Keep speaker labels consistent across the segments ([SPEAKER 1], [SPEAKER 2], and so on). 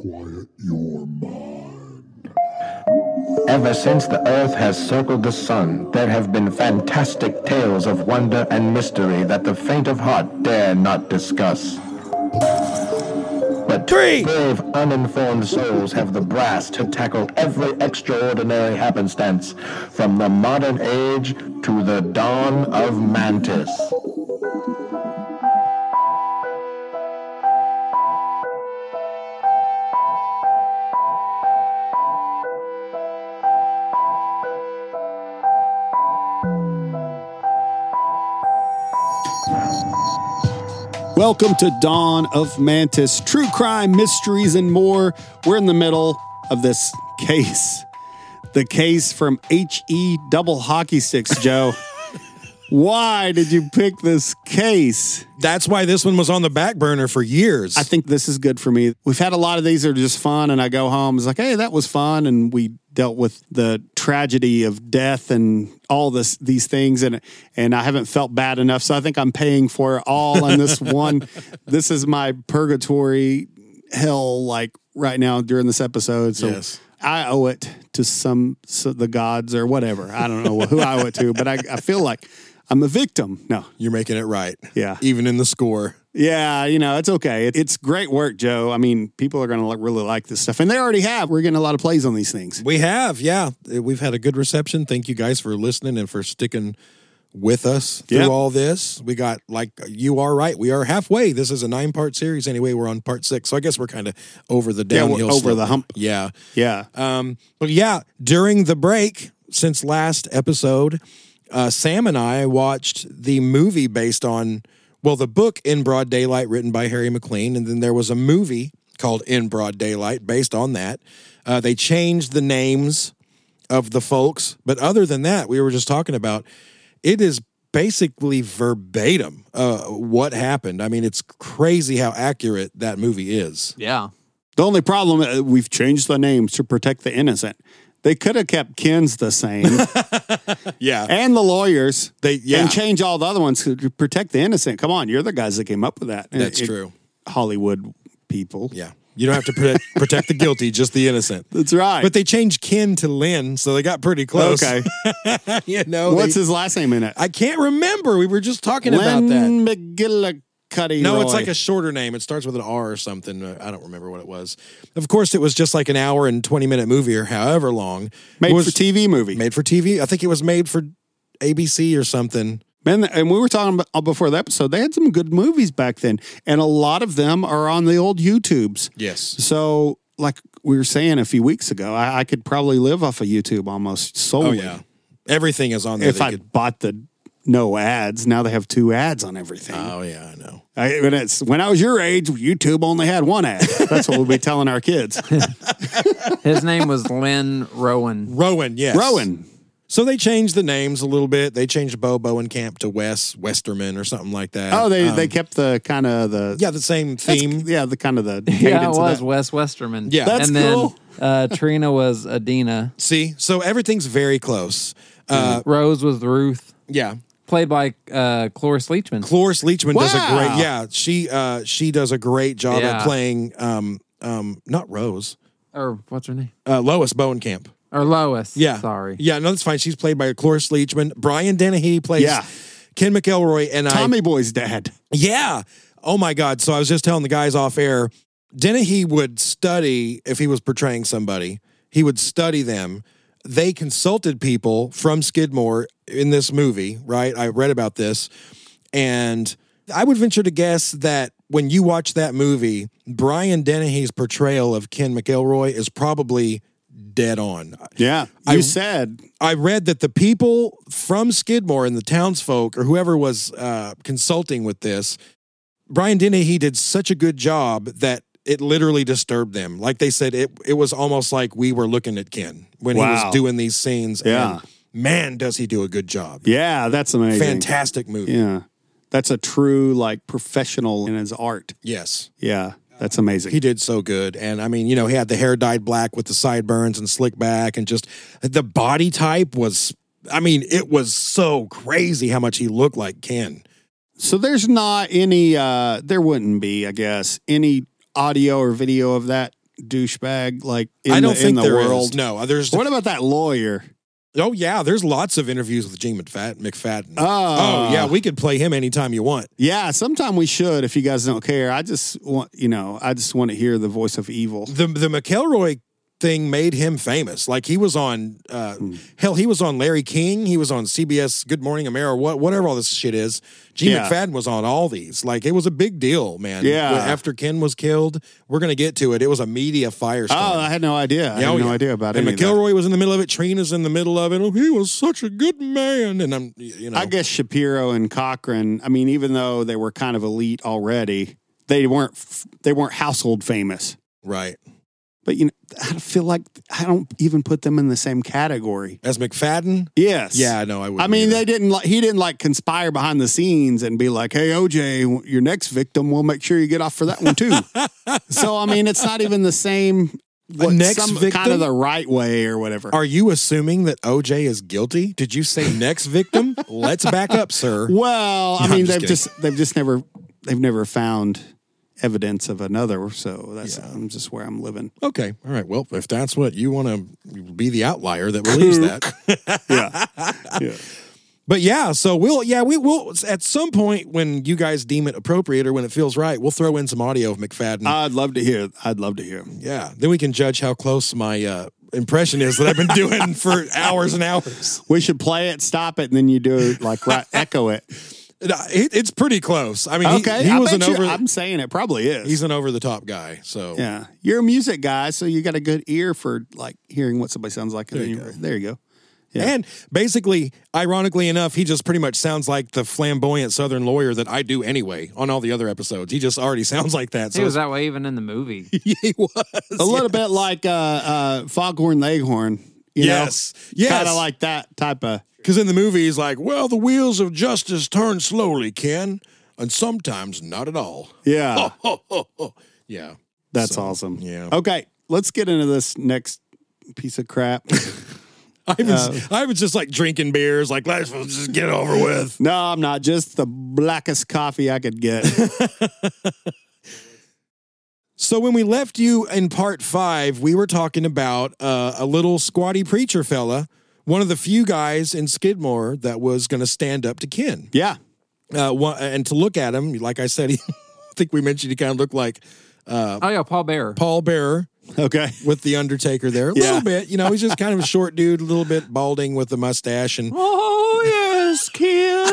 [SPEAKER 1] quiet your mind.
[SPEAKER 2] Ever since the Earth has circled the sun, there have been fantastic tales of wonder and mystery that the faint of heart dare not discuss. But
[SPEAKER 3] Three.
[SPEAKER 2] brave, uninformed souls have the brass to tackle every extraordinary happenstance, from the modern age to the dawn of Mantis.
[SPEAKER 4] Welcome to Dawn of Mantis, true crime, mysteries, and more. We're in the middle of this case. The case from HE Double Hockey Sticks, Joe. Why did you pick this case?
[SPEAKER 3] That's why this one was on the back burner for years.
[SPEAKER 4] I think this is good for me. We've had a lot of these that are just fun, and I go home. It's like, hey, that was fun, and we dealt with the tragedy of death and all this these things, and and I haven't felt bad enough, so I think I'm paying for it all on this one. This is my purgatory hell, like right now during this episode. So.
[SPEAKER 3] Yes.
[SPEAKER 4] I owe it to some so the gods or whatever. I don't know who I owe it to, but I, I feel like I'm a victim. No,
[SPEAKER 3] You're making it right.
[SPEAKER 4] Yeah.
[SPEAKER 3] Even in the score.
[SPEAKER 4] yeah, you know, it's okay. It, it's great work, Joe. I mean, people are going to really like this stuff, and they already have. We're getting a lot of plays on these things.
[SPEAKER 3] We have, yeah. We've had a good reception. Thank you guys for listening and for sticking with us through
[SPEAKER 4] Yep.
[SPEAKER 3] all this. We got like you are right. We are halfway. This is a nine part series anyway. We're on part six, so I guess we're kind of over the
[SPEAKER 4] Yeah, we're
[SPEAKER 3] downhill.
[SPEAKER 4] over
[SPEAKER 3] slope.
[SPEAKER 4] the hump.
[SPEAKER 3] Yeah,
[SPEAKER 4] Yeah.
[SPEAKER 3] um, but yeah, during the break since last episode, uh, Sam and I watched the movie based on, well, the book In Broad Daylight written by Harry McLean, and then there was a movie called In Broad Daylight based on that. Uh, they changed the names of the folks, but other than that, we were just talking about it is basically verbatim uh, what happened. I mean, it's crazy how accurate that movie is.
[SPEAKER 5] Yeah.
[SPEAKER 4] The only problem uh, we've changed the names to protect the innocent. They could have kept Ken's the same
[SPEAKER 3] Yeah.
[SPEAKER 4] and the lawyers.
[SPEAKER 3] They- yeah.
[SPEAKER 4] and change all the other ones to to protect the innocent. Come on, you're the guys that came up with that. And
[SPEAKER 3] That's true.
[SPEAKER 4] Hollywood people.
[SPEAKER 3] Yeah. You don't have to protect, protect the guilty, just the innocent.
[SPEAKER 4] that's right.
[SPEAKER 3] But they changed Ken to Lynn, so they got pretty close.
[SPEAKER 4] okay,
[SPEAKER 3] you know,
[SPEAKER 4] what's
[SPEAKER 3] they-
[SPEAKER 4] his last name in it?
[SPEAKER 3] I can't remember. We were just talking about that.
[SPEAKER 4] Len McGillicuddy.
[SPEAKER 3] No, it's like a shorter name. It starts with an R or something. Uh, I don't remember what it was. Of course, it was just like an hour and 20 minute movie or however long.
[SPEAKER 4] made
[SPEAKER 3] it was
[SPEAKER 4] for TV movie.
[SPEAKER 3] Made for TV. I think it was made for ABC or something.
[SPEAKER 4] Man, and we were talking about uh, before the episode, they had some good movies back then, and a lot of them are on the old YouTubes.
[SPEAKER 3] Yes.
[SPEAKER 4] So, like we were saying a few weeks ago, I, I could probably live off of YouTube almost
[SPEAKER 3] Oh,
[SPEAKER 4] solely
[SPEAKER 3] yeah. Everything is on there.
[SPEAKER 4] if
[SPEAKER 3] that
[SPEAKER 4] I
[SPEAKER 3] you could-
[SPEAKER 4] bought the no ads. Now they have two ads on everything.
[SPEAKER 3] oh, yeah, I know.
[SPEAKER 4] I, when, it's, when I was your age, YouTube only had one ad. That's what we'll be telling our kids.
[SPEAKER 5] His name was Lynn Rowan.
[SPEAKER 3] Rowan, yes.
[SPEAKER 4] Rowan,
[SPEAKER 3] So they changed the names a little bit. They changed Bobo and Camp to Wes Westerman or something like that.
[SPEAKER 4] oh, they
[SPEAKER 3] Um,
[SPEAKER 4] they kept the kind of the
[SPEAKER 3] yeah, the same
[SPEAKER 4] that's-
[SPEAKER 3] theme.
[SPEAKER 4] yeah, the kind of the
[SPEAKER 5] Yeah, it
[SPEAKER 4] cadence of
[SPEAKER 5] was
[SPEAKER 4] that.
[SPEAKER 5] Wes Westerman.
[SPEAKER 3] Yeah. That's
[SPEAKER 5] and then
[SPEAKER 4] cool.
[SPEAKER 5] uh, Trina was Adina.
[SPEAKER 3] See, so everything's very close. Uh,
[SPEAKER 5] Rose was Ruth,
[SPEAKER 3] yeah,
[SPEAKER 5] played by uh, Cloris Leachman.
[SPEAKER 3] Cloris Leachman does a
[SPEAKER 4] Wow.
[SPEAKER 3] great. Yeah, she uh, she does a great job at
[SPEAKER 5] Yeah.
[SPEAKER 3] playing um um not Rose
[SPEAKER 5] or what's her name?
[SPEAKER 3] uh, Lois Bowenkamp.
[SPEAKER 5] Or Lois.
[SPEAKER 3] Yeah,
[SPEAKER 5] Sorry.
[SPEAKER 3] Yeah, no, that's fine. She's played by Cloris Leachman. Brian Dennehy plays
[SPEAKER 4] Yeah.
[SPEAKER 3] Ken McElroy, and I
[SPEAKER 4] Tommy Boy's dad.
[SPEAKER 3] Yeah. Oh my God. So I was just telling the guys off air, Dennehy would study if he was portraying somebody, he would study them. They consulted people from Skidmore in this movie, right? I read about this. And I would venture to guess that when you watch that movie, Brian Dennehy's portrayal of Ken McElroy is probably dead on.
[SPEAKER 4] Yeah, you said
[SPEAKER 3] I read that the people from Skidmore and the townsfolk or whoever was uh, consulting with this, Brian Dennehy did such a good job that it literally disturbed them. Like they said, it it was almost like we were looking at Ken when he
[SPEAKER 4] Wow.
[SPEAKER 3] was doing these scenes.
[SPEAKER 4] Yeah.
[SPEAKER 3] And man, does he do a good job.
[SPEAKER 4] Yeah, that's amazing.
[SPEAKER 3] Fantastic movie.
[SPEAKER 4] Yeah. That's a true like professional in his art.
[SPEAKER 3] Yes.
[SPEAKER 4] Yeah. That's amazing.
[SPEAKER 3] He did so good. And I mean, you know, he had the hair dyed black with the sideburns and slick back and just the body type was I mean, it was so crazy how much he looked like Ken.
[SPEAKER 4] so there's not any uh there wouldn't be, I guess, any audio or video of that douchebag like in
[SPEAKER 3] I don't
[SPEAKER 4] the,
[SPEAKER 3] think
[SPEAKER 4] in the
[SPEAKER 3] there is.
[SPEAKER 4] world.
[SPEAKER 3] No, uh, there's.
[SPEAKER 4] What about that lawyer?
[SPEAKER 3] Oh yeah, there's lots of interviews with Gene McFat- McFadden.
[SPEAKER 4] Oh.
[SPEAKER 3] oh yeah, we could play him anytime you want.
[SPEAKER 4] Yeah, sometime we should if you guys don't care. I just want you know, I just want to hear the voice of evil.
[SPEAKER 3] the the McElroy thing made him famous. Like he was on, uh,
[SPEAKER 4] Hmm.
[SPEAKER 3] hell, he was on Larry King. He was on CBS Good Morning America. What whatever all this shit is. Gene
[SPEAKER 4] Yeah.
[SPEAKER 3] McFadden was on all these. Like it was a big deal, man.
[SPEAKER 4] Yeah.
[SPEAKER 3] When- After Ken was killed, we're gonna get to it. It was a media firestorm.
[SPEAKER 4] Oh, I had no idea. I
[SPEAKER 3] Yeah,
[SPEAKER 4] had
[SPEAKER 3] oh,
[SPEAKER 4] no
[SPEAKER 3] yeah.
[SPEAKER 4] idea about it.
[SPEAKER 3] And McElroy was in the middle of it. Trina's in the middle of it. Oh, he was such a good man. And I'm, you know,
[SPEAKER 4] I guess Shapiro and Cochran. I mean, even though they were kind of elite already, they weren't f- they weren't household famous.
[SPEAKER 3] right.
[SPEAKER 4] But you know, I feel like I don't even put them in the same category.
[SPEAKER 3] As McFadden,
[SPEAKER 4] Yes.
[SPEAKER 3] yeah, no, I would.
[SPEAKER 4] I mean, they didn't. Like, he didn't like conspire behind the scenes and be like, "Hey, OJ, your next victim, we'll make sure you get off for that one too." so, I mean, it's not even the same. What,
[SPEAKER 3] next
[SPEAKER 4] some kind
[SPEAKER 3] victim?
[SPEAKER 4] of the right way or whatever.
[SPEAKER 3] Are you assuming that OJ is guilty? Did you say next victim? Let's back up, sir.
[SPEAKER 4] Well, I
[SPEAKER 3] No, I'm
[SPEAKER 4] mean,
[SPEAKER 3] just
[SPEAKER 4] they've
[SPEAKER 3] kidding.
[SPEAKER 4] just they've just never they've never found evidence of another. So that's I'm just where I'm living.
[SPEAKER 3] Okay. All right. Well, if that's what you want to be the outlier that believes that.
[SPEAKER 4] Yeah, yeah.
[SPEAKER 3] But yeah, so we'll, yeah, we will, at some point when you guys deem it appropriate or when it feels right, we'll throw in some audio of McFadden.
[SPEAKER 4] I'd love to hear. I'd love to hear.
[SPEAKER 3] yeah. Then we can judge how close my uh, impression is that I've been doing for hours and hours.
[SPEAKER 4] We should play it, stop it, and then you do like right, echo it.
[SPEAKER 3] It, it's pretty close. I mean, he-
[SPEAKER 4] Okay,
[SPEAKER 3] he,
[SPEAKER 4] I
[SPEAKER 3] was an
[SPEAKER 4] bet you-
[SPEAKER 3] over,
[SPEAKER 4] I'm saying it probably is.
[SPEAKER 3] he's an over the top guy. So
[SPEAKER 4] Yeah, you're a music guy, so you got a good ear for like hearing what somebody sounds like. There, you, go. there you go. Yeah.
[SPEAKER 3] And basically, ironically enough, he just pretty much sounds like the flamboyant Southern lawyer that I do anyway on all the other episodes. He just already sounds like that. So
[SPEAKER 5] He was that way even in the movie.
[SPEAKER 3] he was.
[SPEAKER 4] a little bit like uh, uh, Foghorn Leghorn. You
[SPEAKER 3] Yes. Yes.
[SPEAKER 4] kind of like that type of.
[SPEAKER 3] Because in the movie, he's like, well, the wheels of justice turn slowly, Ken, and sometimes not at all.
[SPEAKER 4] Yeah,
[SPEAKER 3] Yeah.
[SPEAKER 4] that's awesome.
[SPEAKER 3] yeah.
[SPEAKER 4] Okay, let's get into this next piece of crap.
[SPEAKER 3] I was, I was just like drinking beers, like, let's just get over with.
[SPEAKER 4] no, I'm not. Just the blackest coffee I could get.
[SPEAKER 3] So when we left you in part five, we were talking about uh, a little squatty preacher fella, one of the few guys in Skidmore that was going to stand up to Ken.
[SPEAKER 4] yeah.
[SPEAKER 3] Uh, one, and to look at him, like I said, he, I think we mentioned he kind of looked like
[SPEAKER 5] Oh yeah, Paul Bear.
[SPEAKER 3] Paul Bearer
[SPEAKER 4] Okay.
[SPEAKER 3] with the Undertaker there a
[SPEAKER 4] Yeah.
[SPEAKER 3] little bit. You know, he's just kind of a short dude, a little bit balding with a mustache, and
[SPEAKER 5] Oh yes, Ken.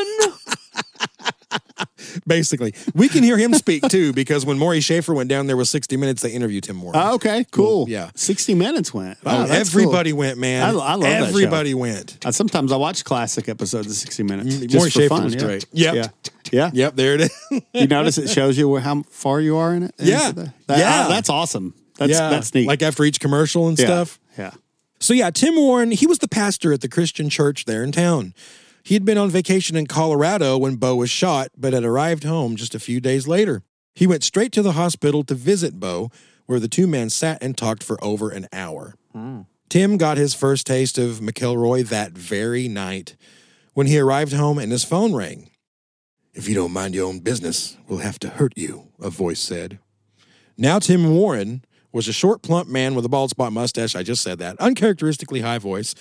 [SPEAKER 3] basically, we can hear him speak too because when Maury Schaefer went down there with 60 Minutes, they interviewed him more.
[SPEAKER 4] Ah, Okay. Cool.
[SPEAKER 3] yeah.
[SPEAKER 4] Sixty minutes went. Oh, Wow,
[SPEAKER 3] Oh,
[SPEAKER 4] that's cool.
[SPEAKER 3] everybody went, man.
[SPEAKER 4] I lo- I love that show.
[SPEAKER 3] everybody went.
[SPEAKER 4] Uh, sometimes I watch classic episodes of 60 Minutes.
[SPEAKER 3] Mm,
[SPEAKER 4] Just
[SPEAKER 3] Maury
[SPEAKER 4] for
[SPEAKER 3] Schaefer
[SPEAKER 4] fun,
[SPEAKER 3] was
[SPEAKER 4] yeah.
[SPEAKER 3] great. Yep.
[SPEAKER 4] Yeah. Yeah.
[SPEAKER 3] Yep, there it is.
[SPEAKER 4] You notice it shows you where, how far you are in it?
[SPEAKER 3] Yeah.
[SPEAKER 4] That- that-
[SPEAKER 3] Yeah.
[SPEAKER 4] uh, that's awesome. That's, that's neat.
[SPEAKER 3] Like after each commercial and
[SPEAKER 4] yeah.
[SPEAKER 3] stuff.
[SPEAKER 4] Yeah.
[SPEAKER 3] So yeah, Tim Warren, he was the pastor at the Christian church there in town. He had been on vacation in Colorado when Bo was shot, but had arrived home just a few days later. He went straight to the hospital to visit Bo, where the two men sat and talked for over an hour. Tim got his first taste of McElroy that very night when he arrived home and his phone rang. If you don't mind your own business, we'll have to hurt you, a voice said. Now, Tim Warren was a short, plump man with a bald spot mustache. I just said that. Uncharacteristically high voice.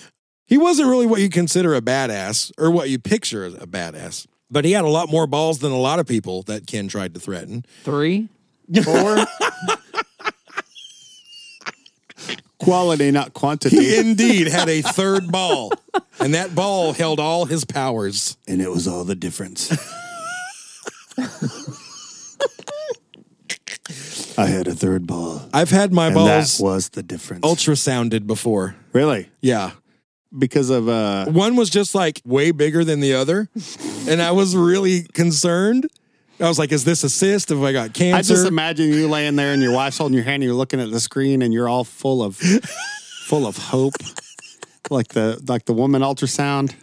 [SPEAKER 3] He wasn't really what you consider a badass or what you picture as a badass, but he had a lot more balls than a lot of people that Ken tried to threaten.
[SPEAKER 5] Three.
[SPEAKER 4] Or quality, not
[SPEAKER 3] He
[SPEAKER 4] quantity.
[SPEAKER 3] indeed had a third ball, and that ball held all his powers.
[SPEAKER 4] and it was all the difference. I had a third ball.
[SPEAKER 3] I've had my
[SPEAKER 4] And
[SPEAKER 3] balls
[SPEAKER 4] that was the difference.
[SPEAKER 3] ultrasounded before.
[SPEAKER 4] really?
[SPEAKER 3] Yeah.
[SPEAKER 4] Because of uh
[SPEAKER 3] One was just like way bigger than the other, and I was really concerned. I was like, is this a cyst? Have I got cancer?
[SPEAKER 4] I just imagine you laying there and your wife's holding your hand and you're looking at the screen and you're all full of full of hope. Like the like the woman ultrasound.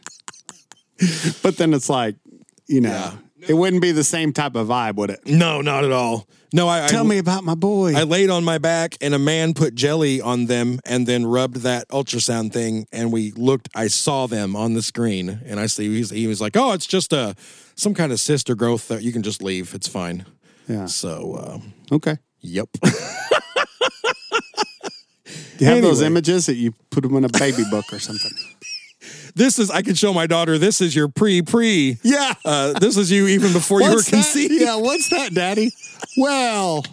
[SPEAKER 4] But then it's like, you know, it wouldn't be the same type of vibe, would it?
[SPEAKER 3] No, not at all. No, I
[SPEAKER 4] Tell
[SPEAKER 3] I,
[SPEAKER 4] me about my boy.
[SPEAKER 3] I laid on my back and a man put jelly on them and then rubbed that ultrasound thing and we looked. I saw them on the screen and I see he's, he was like, "Oh, it's just a some kind of cyst or growth that you can just leave. It's fine."
[SPEAKER 4] yeah.
[SPEAKER 3] So, um,
[SPEAKER 4] Okay.
[SPEAKER 3] yep.
[SPEAKER 4] You have those
[SPEAKER 3] Anyway.
[SPEAKER 4] images that you put them in a baby book or something.
[SPEAKER 3] This is I can show my daughter. This is your pre pre.
[SPEAKER 4] Yeah.
[SPEAKER 3] Uh, this is you even before you were
[SPEAKER 4] What's that?
[SPEAKER 3] conceived.
[SPEAKER 4] Yeah, what's that, Daddy? Well,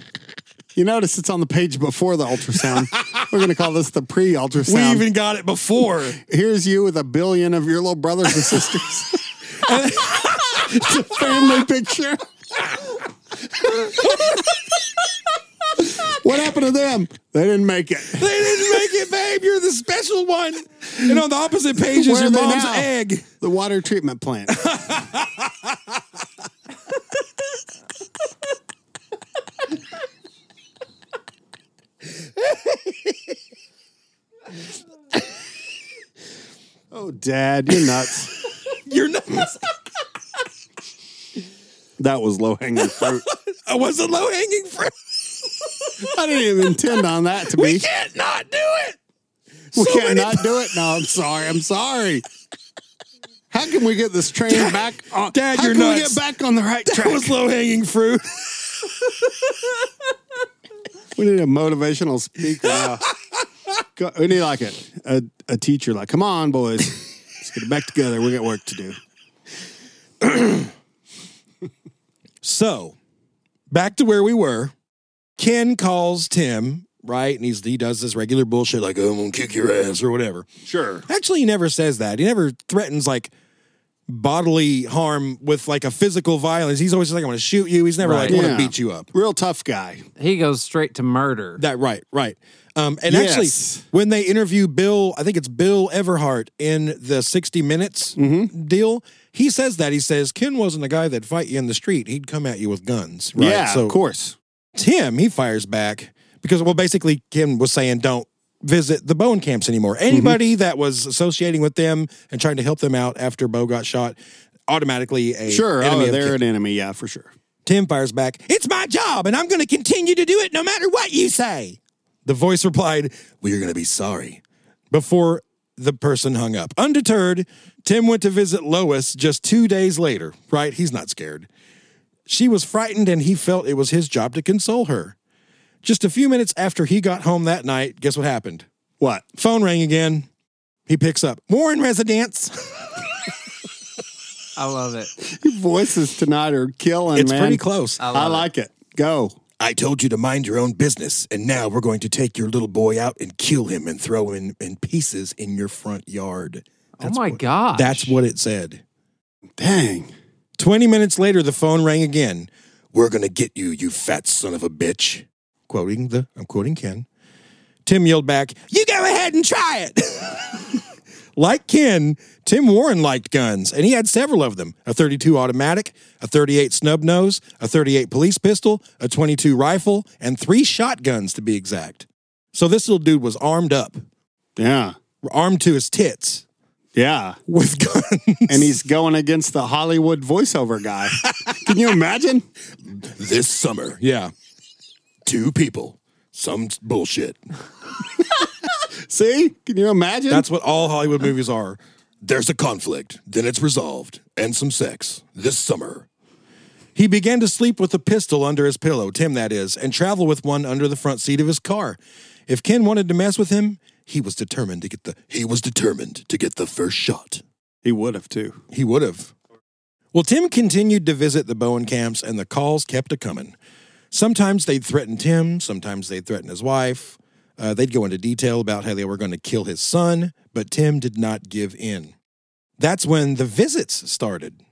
[SPEAKER 4] you notice it's on the page before the ultrasound. We're going to call this the pre
[SPEAKER 3] We
[SPEAKER 4] ultrasound.
[SPEAKER 3] even got it before.
[SPEAKER 4] Here's you with a billion of your little brothers and sisters. it's a family picture. what happened to them? They didn't make it.
[SPEAKER 3] they didn't make it, babe. You're the special one. And on the opposite page is
[SPEAKER 4] Where
[SPEAKER 3] your
[SPEAKER 4] are they
[SPEAKER 3] mom's
[SPEAKER 4] now?
[SPEAKER 3] egg.
[SPEAKER 4] The water treatment plant. oh, Dad, you're nuts.
[SPEAKER 3] You're not.
[SPEAKER 4] That was low hanging fruit.
[SPEAKER 3] I wasn't low hanging fruit.
[SPEAKER 4] I didn't even intend on that to be. We
[SPEAKER 3] Can't not do it. so
[SPEAKER 4] can't
[SPEAKER 3] many-
[SPEAKER 4] not do it. No, I'm sorry. I'm sorry. How can we get this train back on?
[SPEAKER 3] Dad,
[SPEAKER 4] how
[SPEAKER 3] you're
[SPEAKER 4] can we
[SPEAKER 3] nuts.
[SPEAKER 4] get back on the right
[SPEAKER 3] That
[SPEAKER 4] track?
[SPEAKER 3] was low hanging fruit.
[SPEAKER 4] We need a motivational speaker. now. Go- we need like a, a, a teacher, like, come on, boys, let's get it back together. We got work to do.
[SPEAKER 3] So, back to where we were. Ken calls Tim, right? And he's, he does this regular bullshit like, "Oh, I'm going to kick your ass or whatever.
[SPEAKER 4] Sure.
[SPEAKER 3] Actually, he never says that. He never threatens like bodily harm with like a physical violence. He's always just like, I'm going to shoot you. He's never
[SPEAKER 5] Right.
[SPEAKER 3] like, I'm
[SPEAKER 4] Yeah.
[SPEAKER 3] going to beat you up.
[SPEAKER 4] Real tough guy.
[SPEAKER 5] He goes straight to murder.
[SPEAKER 3] That right, right. Um, and
[SPEAKER 4] Yes.
[SPEAKER 3] actually, when they interview Bill, I think it's Bill Everhart in the 60 Minutes
[SPEAKER 4] Mm-hmm.
[SPEAKER 3] deal, he says that. He says, Ken wasn't a guy that'd fight you in the street. He'd come at you with guns. Right?
[SPEAKER 4] Yeah,
[SPEAKER 3] so
[SPEAKER 4] of course.
[SPEAKER 3] Tim, he fires back because, well, basically, Ken was saying, don't visit the Bowen camps
[SPEAKER 4] Mm-hmm.
[SPEAKER 3] anymore. Anybody that was associating with them and trying to help them out after Bo got shot, automatically a
[SPEAKER 4] Sure. Oh,
[SPEAKER 3] enemy of
[SPEAKER 4] they're
[SPEAKER 3] Ken.
[SPEAKER 4] an enemy. Yeah, for sure.
[SPEAKER 3] Tim fires back, It's my job, and I'm going to continue to do it no matter what you say. The voice replied, Well, you're going to be sorry. Before the person hung up. Undeterred, Tim went to visit Lois just two days later, right? He's not scared. She was frightened, and he felt it was his job to console her. Just a few minutes after he got home that night, guess what happened?
[SPEAKER 4] What?
[SPEAKER 3] Phone rang again. He picks up Warren residence.
[SPEAKER 5] I love it. Oh
[SPEAKER 4] Your voices tonight are killing,
[SPEAKER 3] It's
[SPEAKER 4] man.
[SPEAKER 3] pretty close.
[SPEAKER 5] I
[SPEAKER 4] I,
[SPEAKER 5] love it.
[SPEAKER 4] like it. Go.
[SPEAKER 3] I told you to mind your own business, and now we're going to take your little boy out and kill him and throw him in, in pieces in your front yard.
[SPEAKER 5] Oh my god.
[SPEAKER 3] That's what it said.
[SPEAKER 4] Dang.
[SPEAKER 3] 20 minutes later, the phone rang again. We're going to get you, you fat son of a bitch. Quoting the, I'm quoting Ken. Tim yelled back, You go ahead and try it. like Ken, Tim Warren liked guns, and he had several of them a 32 automatic, a 38 snub nose, a 38 police pistol, a 22 rifle, and three shotguns to be exact. So this little dude was armed up,
[SPEAKER 4] Yeah.
[SPEAKER 3] armed to his tits
[SPEAKER 4] Yeah.
[SPEAKER 3] with guns.
[SPEAKER 4] And he's going against the Hollywood voiceover guy. Can you imagine?
[SPEAKER 3] this summer. Yeah. Two people. Some bullshit.
[SPEAKER 4] See? Can you imagine?
[SPEAKER 3] That's what all Hollywood movies are. There's a conflict, then it's resolved, and some sex this summer. He began to sleep with a pistol under his pillow, Tim that is, and travel with one under the front seat of his car. If Ken wanted to mess with him, he was determined to get the he was determined to get the first shot.
[SPEAKER 4] he would have too.
[SPEAKER 3] He would have. Well, Tim continued to visit the Bowen camps, and the calls kept a coming. Sometimes they'd threaten Tim, sometimes they'd threaten his wife. Uh, they'd go into detail about how they were going to kill his son, but Tim did not give in. That's when the visits started.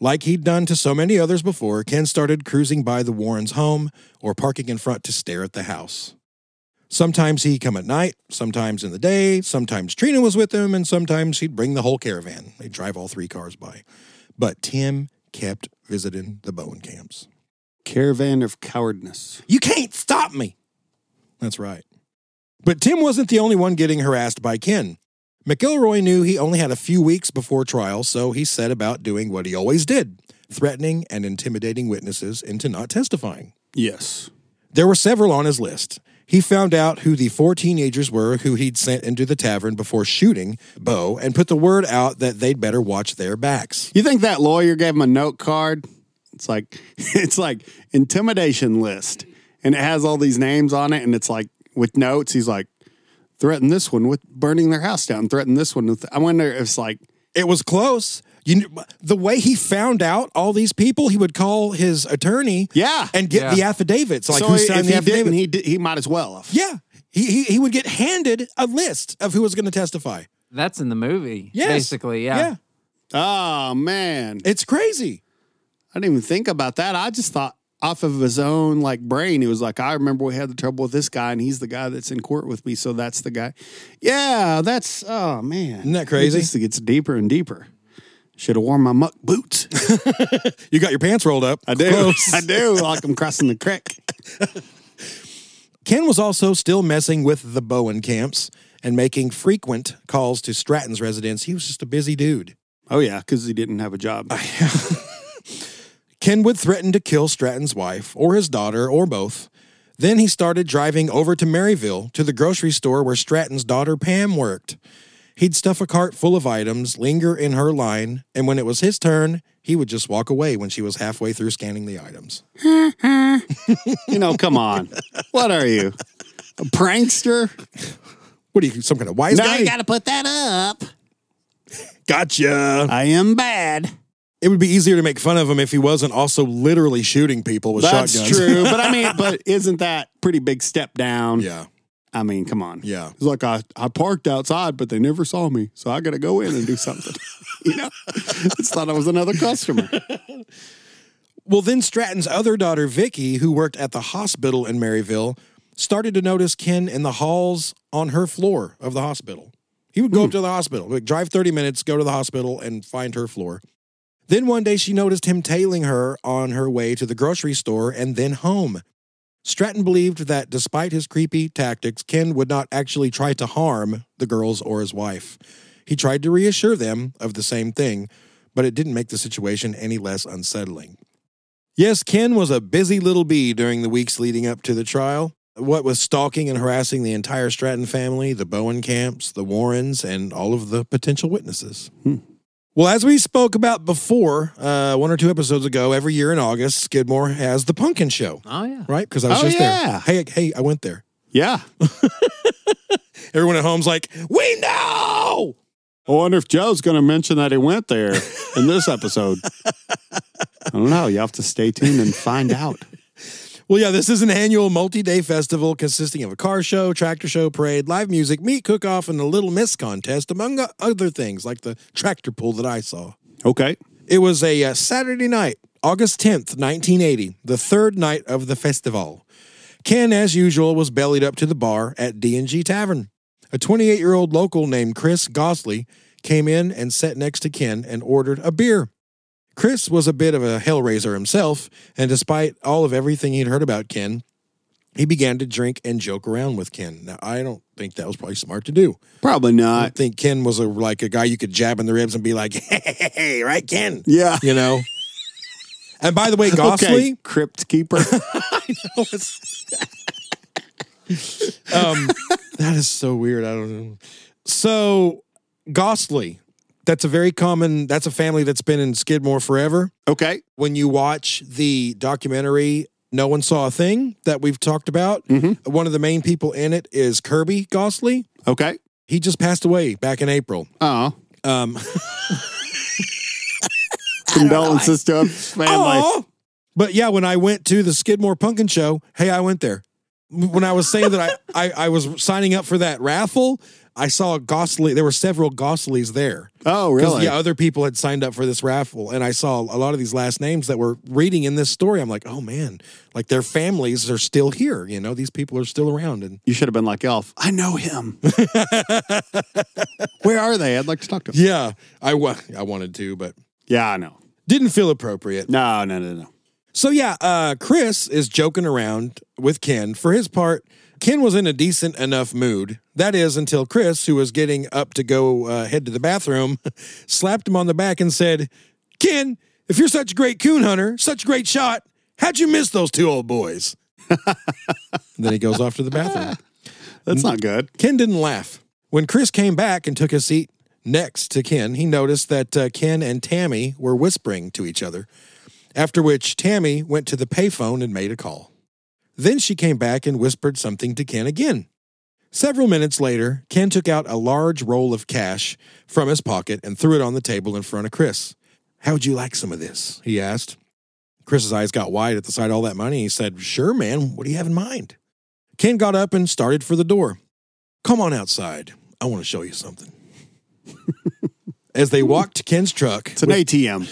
[SPEAKER 3] Like he'd done to so many others before, Ken started cruising by the Warrens' home or parking in front to stare at the house. Sometimes he'd come at night, sometimes in the day, sometimes Trina was with him, and sometimes he'd bring the whole caravan. They'd drive all three cars by. But Tim kept visiting the Bowen camps.
[SPEAKER 4] Caravan of cowardness.
[SPEAKER 3] You can't stop me. That's right. But Tim wasn't the only one getting harassed by Ken. McElroy knew he only had a few weeks before trial, so he set about doing what he always did threatening and intimidating witnesses into not testifying.
[SPEAKER 4] Yes.
[SPEAKER 3] There were several on his list. He found out who the four teenagers were who he'd sent into the tavern before shooting Bo and put the word out that they'd better watch their backs.
[SPEAKER 4] You think that lawyer gave him a note card? It's like it's like intimidation list, and it has all these names on it, and it's like with notes. He's like, threaten this one with burning their house down, threaten this one with. I wonder if it's like,
[SPEAKER 3] It was close. You kn- the way he found out all these people, he would call his attorney,
[SPEAKER 4] Yeah.
[SPEAKER 3] and get
[SPEAKER 5] Yeah.
[SPEAKER 3] the affidavits, like
[SPEAKER 4] so
[SPEAKER 3] who
[SPEAKER 4] if
[SPEAKER 3] signed the
[SPEAKER 4] he
[SPEAKER 3] affidavit.
[SPEAKER 4] didn't, he, did, he might as well have.
[SPEAKER 3] yeah, he, he he would get handed a list of who was going to testify.
[SPEAKER 5] That's in the movie.
[SPEAKER 3] Yes.
[SPEAKER 5] Basically, yeah.
[SPEAKER 3] yeah,
[SPEAKER 4] Oh, man.
[SPEAKER 3] it's crazy.
[SPEAKER 4] I didn't even think about that. I just thought off of his own like brain, he was like, I remember we had the trouble with this guy, and he's the guy that's in court with me, so that's the guy. Yeah, that's oh man,
[SPEAKER 3] Isn't that crazy?
[SPEAKER 4] It just gets deeper and deeper. Should have worn my muck boots.
[SPEAKER 3] You got your pants rolled up. I
[SPEAKER 4] I do. Like I'm crossing the creek.
[SPEAKER 3] Ken was also still messing with the Bowen camps and making frequent calls to Stratton's residence. He was just a busy dude.
[SPEAKER 4] Oh yeah, because he didn't have a job.
[SPEAKER 3] Ken would threaten to kill Stratton's wife or his daughter or both. Then he started driving over to Maryville to the grocery store where Stratton's daughter Pam worked. He'd stuff a cart full of items, linger in her line, and when it was his turn, he would just walk away when she was halfway through scanning the items.
[SPEAKER 4] you know, come on. What are you? A prankster?
[SPEAKER 3] What are you, some kind of wise
[SPEAKER 4] Now
[SPEAKER 3] guy?
[SPEAKER 4] you gotta put that up.
[SPEAKER 3] gotcha.
[SPEAKER 4] I am bad.
[SPEAKER 3] It would be easier to make fun of him if he wasn't also literally shooting people with
[SPEAKER 4] That's
[SPEAKER 3] shotguns.
[SPEAKER 4] true. But I mean, but isn't that pretty big step down?
[SPEAKER 3] Yeah.
[SPEAKER 4] I mean, come on.
[SPEAKER 3] Yeah.
[SPEAKER 4] It's like I, I parked outside, but they never saw me. So I got to go in and do something. you know, it's thought I was another customer.
[SPEAKER 3] Well, then Stratton's other daughter, Vicky, who worked at the hospital in Maryville, started to notice Ken in the halls on her floor of the hospital. He would go up to the hospital, like drive 30 minutes, go to the hospital, and find her floor. Then one day she noticed him tailing her on her way to the grocery store and then home. Stratton believed that despite his creepy tactics, Ken would not actually try to harm the girls or his wife. He tried to reassure them of the same thing, but it didn't make the situation any less unsettling. Yes, Ken was a busy little bee during the weeks leading up to the trial. What with stalking and harassing the entire Stratton family, the Bowen camps, the Warrens, and all of the potential witnesses.
[SPEAKER 4] Hmm.
[SPEAKER 3] Well, as we spoke about before, uh, one or two episodes ago, every year in August, Skidmore has the Pumpkin Show,
[SPEAKER 5] Oh yeah.
[SPEAKER 3] right? Because I was
[SPEAKER 4] Oh,
[SPEAKER 3] just
[SPEAKER 4] yeah.
[SPEAKER 3] there. Hey, hey, I went there.
[SPEAKER 4] Yeah.
[SPEAKER 3] Everyone at home's like, we know.
[SPEAKER 4] I wonder if Joe's going to mention that he went there in this episode. I don't know. You have to stay tuned and find out.
[SPEAKER 3] Well, yeah, this is an annual multi day festival consisting of a car show, tractor show, parade, live music, meat cook off, and a little miss contest, among o- other things like the tractor pull that I saw.
[SPEAKER 4] Okay.
[SPEAKER 3] It was a uh, Saturday night, August 10th, 1980, the third night of the festival. Ken, as usual, was bellied up to the bar at D&G Tavern. A 28-year-old local named Chris Gosley came in and sat next to Ken and ordered a beer. Chris was a bit of a hellraiser himself, and despite all of everything he'd heard about Ken, he began to drink and joke around with Ken. Now, I don't think that was probably smart to do.
[SPEAKER 4] Probably
[SPEAKER 3] I
[SPEAKER 4] not.
[SPEAKER 3] think Ken was a, like a guy you could jab in the ribs and be like, "Hey, right, Ken?"
[SPEAKER 4] Yeah.
[SPEAKER 3] you know. And by the way, Gosley,
[SPEAKER 4] Okay. Crypt keeper.
[SPEAKER 3] um, that is so weird. I don't know. So, Gosley, that's a very common. That's a family that's been in Skidmore forever.
[SPEAKER 4] okay.
[SPEAKER 3] When you watch the documentary, no one saw a thing that we've talked about. One of the main people in it is Kirby Gosley.
[SPEAKER 4] Okay.
[SPEAKER 3] He just passed away back in April.
[SPEAKER 4] Oh.
[SPEAKER 3] Um,
[SPEAKER 4] Condolences to his family.
[SPEAKER 3] Aw. But yeah, when I went to the Skidmore Pumpkin Show, hey, I went there. When I was saying that I, I, I was signing up for that raffle, I saw Gosley. There were several Gosleys there.
[SPEAKER 4] Oh,
[SPEAKER 3] 'Cause,
[SPEAKER 4] really?
[SPEAKER 3] Yeah, other people had signed up for this raffle, and I saw a lot of these last names that were reading in this story. I'm like, oh man, like their families are still here. You know, these people are still around, and
[SPEAKER 4] You should have been like Elf. I know him. Where are they? I'd like to talk to them.
[SPEAKER 3] yeah, I wa- I wanted to, but
[SPEAKER 4] Yeah, I know.
[SPEAKER 3] didn't feel appropriate.
[SPEAKER 4] No, no, no, no.
[SPEAKER 3] So yeah, uh, Chris is joking around with Ken. For his part, Ken was in a decent enough mood. That is until Chris, who was getting up to go uh, head to the bathroom, slapped him on the back and said, "Ken, if you're such a great coon hunter, such a great shot, how'd you miss those two old boys?" then he goes off to the bathroom.
[SPEAKER 4] That's not good.
[SPEAKER 3] Ken didn't laugh. When Chris came back and took his seat next to Ken, he noticed that uh, Ken and Tammy were whispering to each other, after which Tammy went to the payphone and made a call. Then she came back and whispered something to Ken again. Several minutes later, Ken took out a large roll of cash from his pocket and threw it on the table in front of Chris. How would you like some of this? he asked. Chris's eyes got wide at the sight of all that money. He said, Sure, man, what do you have in mind? Ken got up and started for the door. Come on outside. I want to show you something. As they walked to Ken's truck,
[SPEAKER 4] It's an ATM.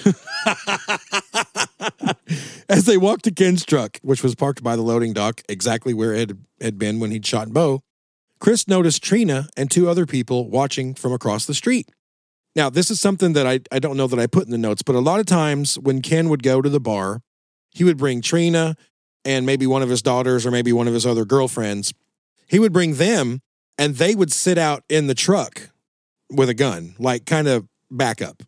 [SPEAKER 3] as they walked to Ken's truck, which was parked by the loading dock exactly where it had been when he'd shot Bo, Chris noticed Trina and two other people watching from across the street. Now, this is something that I, I don't know that I put in the notes, but a lot of times when Ken would go to the bar, he would bring Trina and maybe one of his daughters or maybe one of his other girlfriends. He would bring them and they would sit out in the truck with a gun, like kind of backup.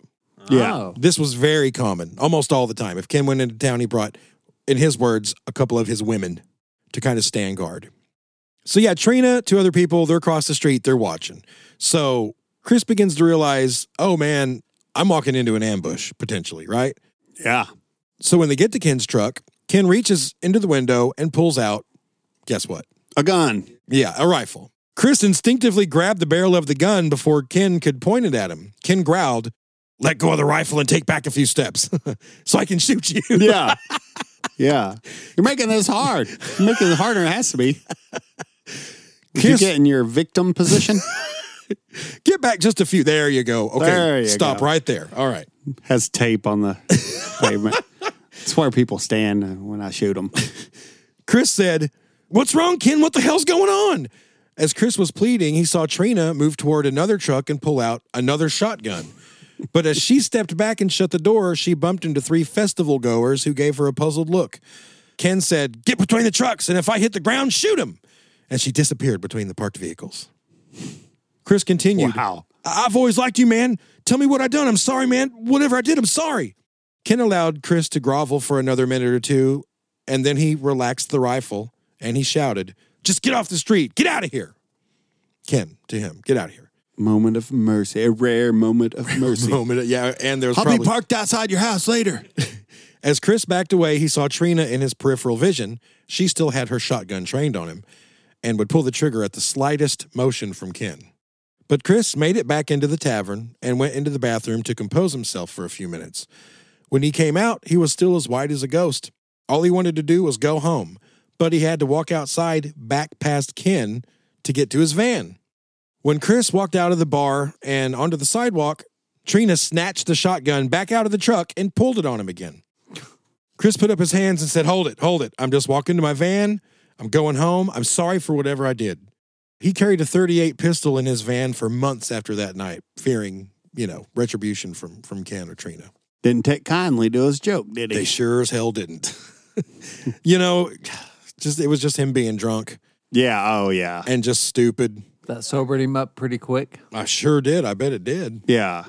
[SPEAKER 4] Yeah.
[SPEAKER 5] Oh.
[SPEAKER 3] This was very common, almost all the time. If Ken went into town, he brought, in his words, a couple of his women to kind of stand guard. So yeah, Trina, two other people, they're across the street, they're watching. So Chris begins to realize, oh man, I'm walking into an ambush potentially, right?
[SPEAKER 4] Yeah.
[SPEAKER 3] So when they get to Ken's truck, Ken reaches into the window and pulls out, guess what?
[SPEAKER 4] A gun.
[SPEAKER 3] Yeah, a rifle. Chris instinctively grabbed the barrel of the gun before Ken could point it at him. Ken growled, Let go of the rifle and take back a few steps so I can shoot you.
[SPEAKER 4] Yeah. yeah. You're making this hard. You're making it harder than it has to be. Did you
[SPEAKER 3] Kiss-
[SPEAKER 4] get in your victim position?
[SPEAKER 3] Get back just a few. There you go. Okay.
[SPEAKER 4] There you
[SPEAKER 3] stop
[SPEAKER 4] go.
[SPEAKER 3] right there. All right.
[SPEAKER 4] Has tape on the pavement. It's where people stand when I shoot them.
[SPEAKER 3] Chris said, What's wrong, Ken? What the hell's going on? As Chris was pleading, he saw Trina move toward another truck and pull out another shotgun. But as she stepped back and shut the door, she bumped into three festival goers who gave her a puzzled look. Ken said, Get between the trucks, and if I hit the ground, shoot him. And she disappeared between the parked vehicles. Chris continued,
[SPEAKER 4] Wow.
[SPEAKER 3] I- I've always liked you, man. Tell me what I done. I'm sorry, man. Whatever I did, I'm sorry. Ken allowed Chris to grovel for another minute or two, and then he relaxed the rifle and he shouted, Just get off the street. Get out of here. Ken to him, get out of here.
[SPEAKER 4] Moment of mercy. A rare moment of mercy.
[SPEAKER 3] Moment, yeah, and there's
[SPEAKER 4] I'll
[SPEAKER 3] probably
[SPEAKER 4] be parked outside your house later.
[SPEAKER 3] as Chris backed away, he saw Trina in his peripheral vision. She still had her shotgun trained on him and would pull the trigger at the slightest motion from Ken. But Chris made it back into the tavern and went into the bathroom to compose himself for a few minutes. When he came out, he was still as white as a ghost. All he wanted to do was go home, but he had to walk outside back past Ken to get to his van. When Chris walked out of the bar and onto the sidewalk, Trina snatched the shotgun back out of the truck and pulled it on him again. Chris put up his hands and said, Hold it, hold it. I'm just walking to my van. I'm going home. I'm sorry for whatever I did. He carried a 38 pistol in his van for months after that night, fearing, you know, retribution from from Ken or Trina.
[SPEAKER 4] Didn't take kindly to his joke, did
[SPEAKER 3] They
[SPEAKER 4] he?
[SPEAKER 3] sure as hell didn't. you know, just it was just him being drunk
[SPEAKER 4] Yeah. Oh, yeah.
[SPEAKER 3] and just stupid.
[SPEAKER 5] That sobered him up pretty quick.
[SPEAKER 3] I sure did. I bet it did.
[SPEAKER 4] Yeah.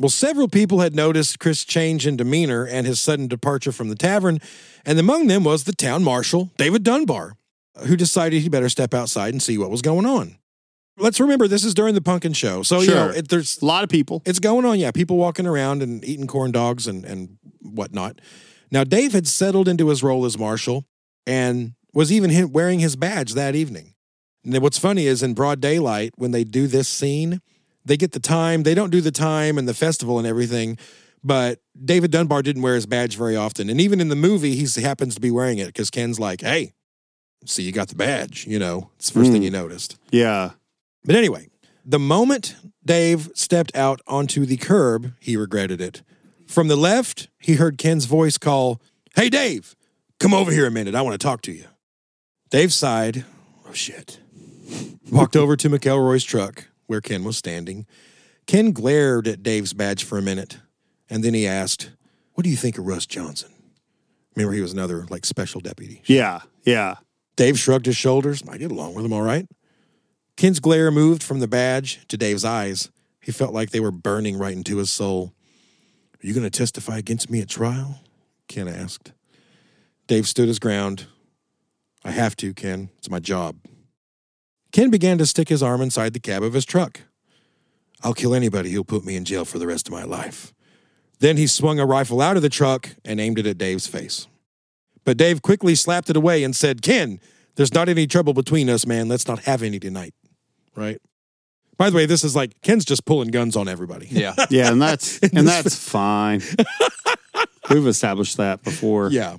[SPEAKER 3] Well, several people had noticed Chris' change in demeanor and his sudden departure from the tavern, and among them was the town marshal, David Dunbar, who decided he better step outside and see what was going on. Let's remember this is during the pumpkin show, so you know
[SPEAKER 4] Sure.
[SPEAKER 3] it, there's
[SPEAKER 4] A lot of people.
[SPEAKER 3] it's going on. Yeah, people walking around and eating corn dogs and and whatnot. Now Dave had settled into his role as marshal and was even hit wearing his badge that evening. And then what's funny is in broad daylight when they do this scene, they get the time. They don't do the time and the festival and everything. But David Dunbar didn't wear his badge very often, and even in the movie, he happens to be wearing it because Ken's like, "Hey, see, you got the badge. You know, it's the first thing
[SPEAKER 4] Mm.
[SPEAKER 3] you noticed."
[SPEAKER 4] Yeah.
[SPEAKER 3] But anyway, the moment Dave stepped out onto the curb, he regretted it. From the left, he heard Ken's voice call, Hey, Dave, come over here a minute. I want to talk to you. Dave sighed, Oh, shit. Walked over to McElroy's truck where Ken was standing. Ken glared at Dave's badge for a minute, and then he asked, What do you think of Russ Johnson? Remember, he was another like special deputy.
[SPEAKER 4] Yeah. Yeah.
[SPEAKER 3] Dave shrugged his shoulders. I get along with him all right. Ken's glare moved from the badge to Dave's eyes. He felt like they were burning right into his soul. Are you going to testify against me at trial? Ken asked. Dave stood his ground. I have to, Ken. It's my job. Ken began to stick his arm inside the cab of his truck. I'll kill anybody who'll put me in jail for the rest of my life. Then he swung a rifle out of the truck and aimed it at Dave's face. But Dave quickly slapped it away and said, Ken, there's not any trouble between us, man. Let's not have any tonight. right? By the way, this is like Ken's just pulling guns on everybody.
[SPEAKER 5] Yeah.
[SPEAKER 4] Yeah, and that's and that's fine. We've established that before.
[SPEAKER 3] Yeah.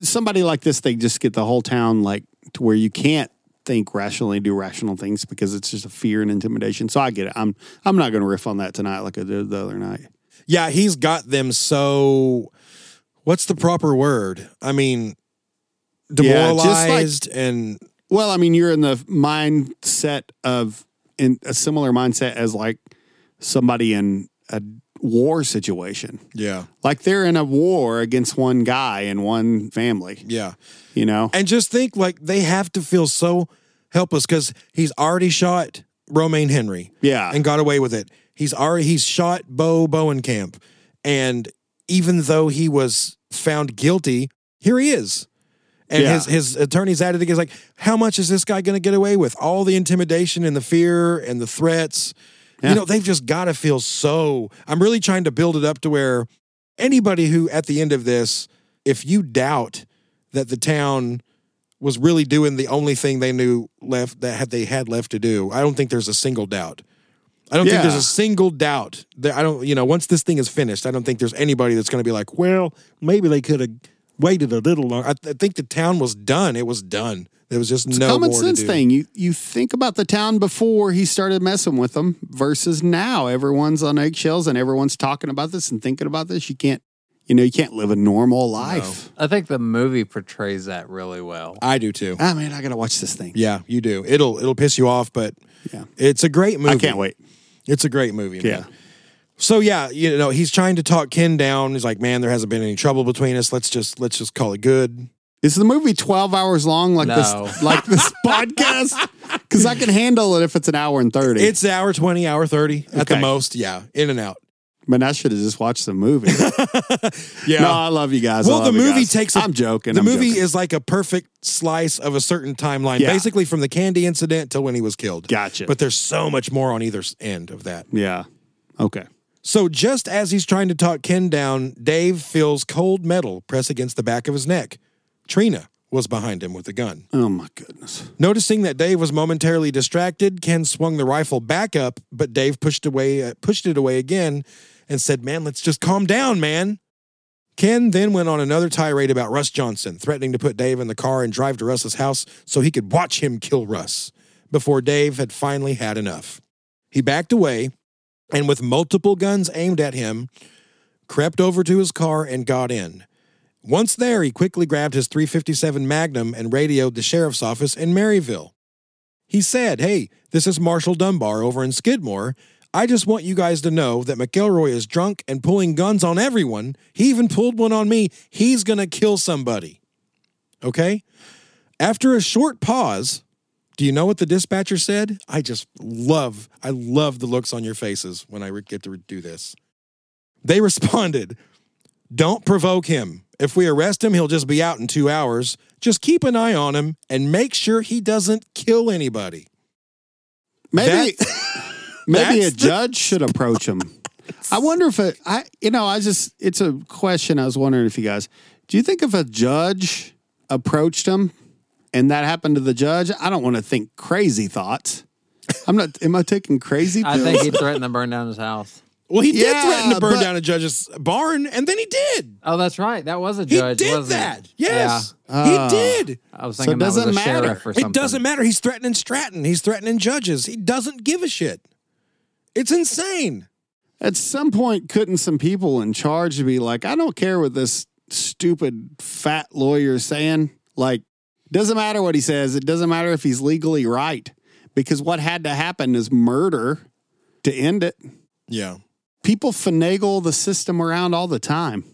[SPEAKER 4] Somebody like this, they just get the whole town like to where you can't think rationally, do rational things because it's just a fear and intimidation. So I get it. I'm I'm not going to riff on that tonight like I did the other night.
[SPEAKER 3] Yeah, he's got them so what's the proper word? I mean
[SPEAKER 4] Yeah, just like-
[SPEAKER 3] demoralized and
[SPEAKER 4] Well, I mean, you're in the mindset of in a similar mindset as like somebody in a war situation.
[SPEAKER 3] yeah,
[SPEAKER 4] Like they're in a war against one guy and one family,
[SPEAKER 3] yeah.
[SPEAKER 4] you know?
[SPEAKER 3] And just think like they have to feel so helpless because he's already shot Romaine Henry.
[SPEAKER 4] Yeah.
[SPEAKER 3] And got away with it. He's already he's shot Bo Bowenkamp. And even though he was found guilty, here he is. And
[SPEAKER 4] Yeah.
[SPEAKER 3] his his attorney's at it again. He's like, how much is this guy gonna get away with? All the intimidation and the fear and the threats.
[SPEAKER 4] Yeah.
[SPEAKER 3] You know, they've just gotta feel so I'm really trying to build it up to where anybody who at the end of this, if you doubt that the town was really doing the only thing they knew left that had they had left to do. I don't think there's a single doubt. I don't
[SPEAKER 4] Yeah.
[SPEAKER 3] think there's a single doubt that I don't, you know, once this thing is finished, I don't think there's anybody that's going to be like, well, maybe they could have waited a little longer. I, th- I think the town was done. It was done. There was just no
[SPEAKER 4] common
[SPEAKER 3] more
[SPEAKER 4] sense
[SPEAKER 3] to do.
[SPEAKER 4] thing. You you think about the town before he started messing with them versus now. Everyone's on eggshells and everyone's talking about this and thinking about this. You can't, you know, you can't live a normal life.
[SPEAKER 5] I think the movie portrays that really well.
[SPEAKER 3] I do too.
[SPEAKER 4] Ah man, I gotta watch this thing.
[SPEAKER 3] Yeah, you do. It'll it'll piss you off, but
[SPEAKER 4] Yeah.
[SPEAKER 3] it's a great movie.
[SPEAKER 4] I can't wait.
[SPEAKER 3] It's a great movie. man.
[SPEAKER 4] Yeah.
[SPEAKER 3] So yeah, you know, he's trying to talk Ken down. He's like, "Man, there hasn't been any trouble between us. Let's just let's just call it good."
[SPEAKER 4] Is the movie twelve hours long like
[SPEAKER 5] No.
[SPEAKER 4] this like this podcast? Because I can handle it if it's an hour and thirty.
[SPEAKER 3] It's hour 20, hour 30 at the
[SPEAKER 4] Okay.
[SPEAKER 3] most. Yeah, in and out.
[SPEAKER 4] man, I should have just watched the movie.
[SPEAKER 3] Yeah.
[SPEAKER 4] No, I love you guys. I
[SPEAKER 3] well, the
[SPEAKER 4] love you
[SPEAKER 3] movie
[SPEAKER 4] guys.
[SPEAKER 3] takes. i
[SPEAKER 4] I'm joking.
[SPEAKER 3] The
[SPEAKER 4] I'm
[SPEAKER 3] movie
[SPEAKER 4] joking.
[SPEAKER 3] is like a perfect slice of a certain timeline,
[SPEAKER 4] Yeah.
[SPEAKER 3] basically from the candy incident till when he was killed.
[SPEAKER 4] Gotcha.
[SPEAKER 3] But there's so much more on either s- end of that.
[SPEAKER 4] yeah. Okay.
[SPEAKER 3] So just as he's trying to talk Ken down, Dave feels cold metal press against the back of his neck. Trina was behind him with a gun.
[SPEAKER 4] Oh my goodness.
[SPEAKER 3] Noticing that Dave was momentarily distracted, Ken swung the rifle back up, but Dave pushed away, uh, pushed it away again, and said, "Man, let's just calm down, man." Ken then went on another tirade about Russ Johnson, threatening to put Dave in the car and drive to Russ's house so he could watch him kill Russ. Before Dave had finally had enough, he backed away, and with multiple guns aimed at him, crept over to his car and got in. Once there, he quickly grabbed his 357 Magnum and radioed the sheriff's office in Maryville. He said, Hey, this is Marshall Dunbar over in Skidmore. I just want you guys to know that McElroy is drunk and pulling guns on everyone. He even pulled one on me. He's going to kill somebody. Okay? After a short pause, do you know what the dispatcher said? I just love, I love the looks on your faces when I re- get to do this. They responded, don't provoke him. If we arrest him, he'll just be out in two hours. Just keep an eye on him and make sure he doesn't kill anybody.
[SPEAKER 4] Maybe maybe a
[SPEAKER 3] that's the-
[SPEAKER 4] judge should approach him. I wonder if a, I you know I just it's a question I was wondering if you guys do you think if a judge approached him and that happened to the judge I don't want to think crazy thoughts. I'm not. Am I taking crazy?
[SPEAKER 5] I
[SPEAKER 4] pills?
[SPEAKER 5] think he threatened to burn down his house.
[SPEAKER 3] Well, he did
[SPEAKER 4] Yeah,
[SPEAKER 3] threaten to burn
[SPEAKER 4] but-
[SPEAKER 3] down a judge's barn, and then he did.
[SPEAKER 5] Oh, that's right. That was a
[SPEAKER 3] He
[SPEAKER 5] judge,
[SPEAKER 3] did
[SPEAKER 5] wasn't
[SPEAKER 3] that.
[SPEAKER 5] it?
[SPEAKER 3] Yes,
[SPEAKER 4] Ah.
[SPEAKER 3] he did.
[SPEAKER 5] Yeah. I was
[SPEAKER 4] So it
[SPEAKER 5] thinking that was
[SPEAKER 4] doesn't
[SPEAKER 5] a
[SPEAKER 4] matter.
[SPEAKER 5] sheriff or something.
[SPEAKER 3] It doesn't matter. He's threatening Stratton. He's threatening judges. He doesn't give a shit. It's insane.
[SPEAKER 4] At some point, couldn't some people in charge be like, I don't care what this stupid fat lawyer's saying. Like, doesn't matter what he says. It doesn't matter if he's legally right. Because what had to happen is murder to end it.
[SPEAKER 3] Yeah,
[SPEAKER 4] People finagle the system around all the time.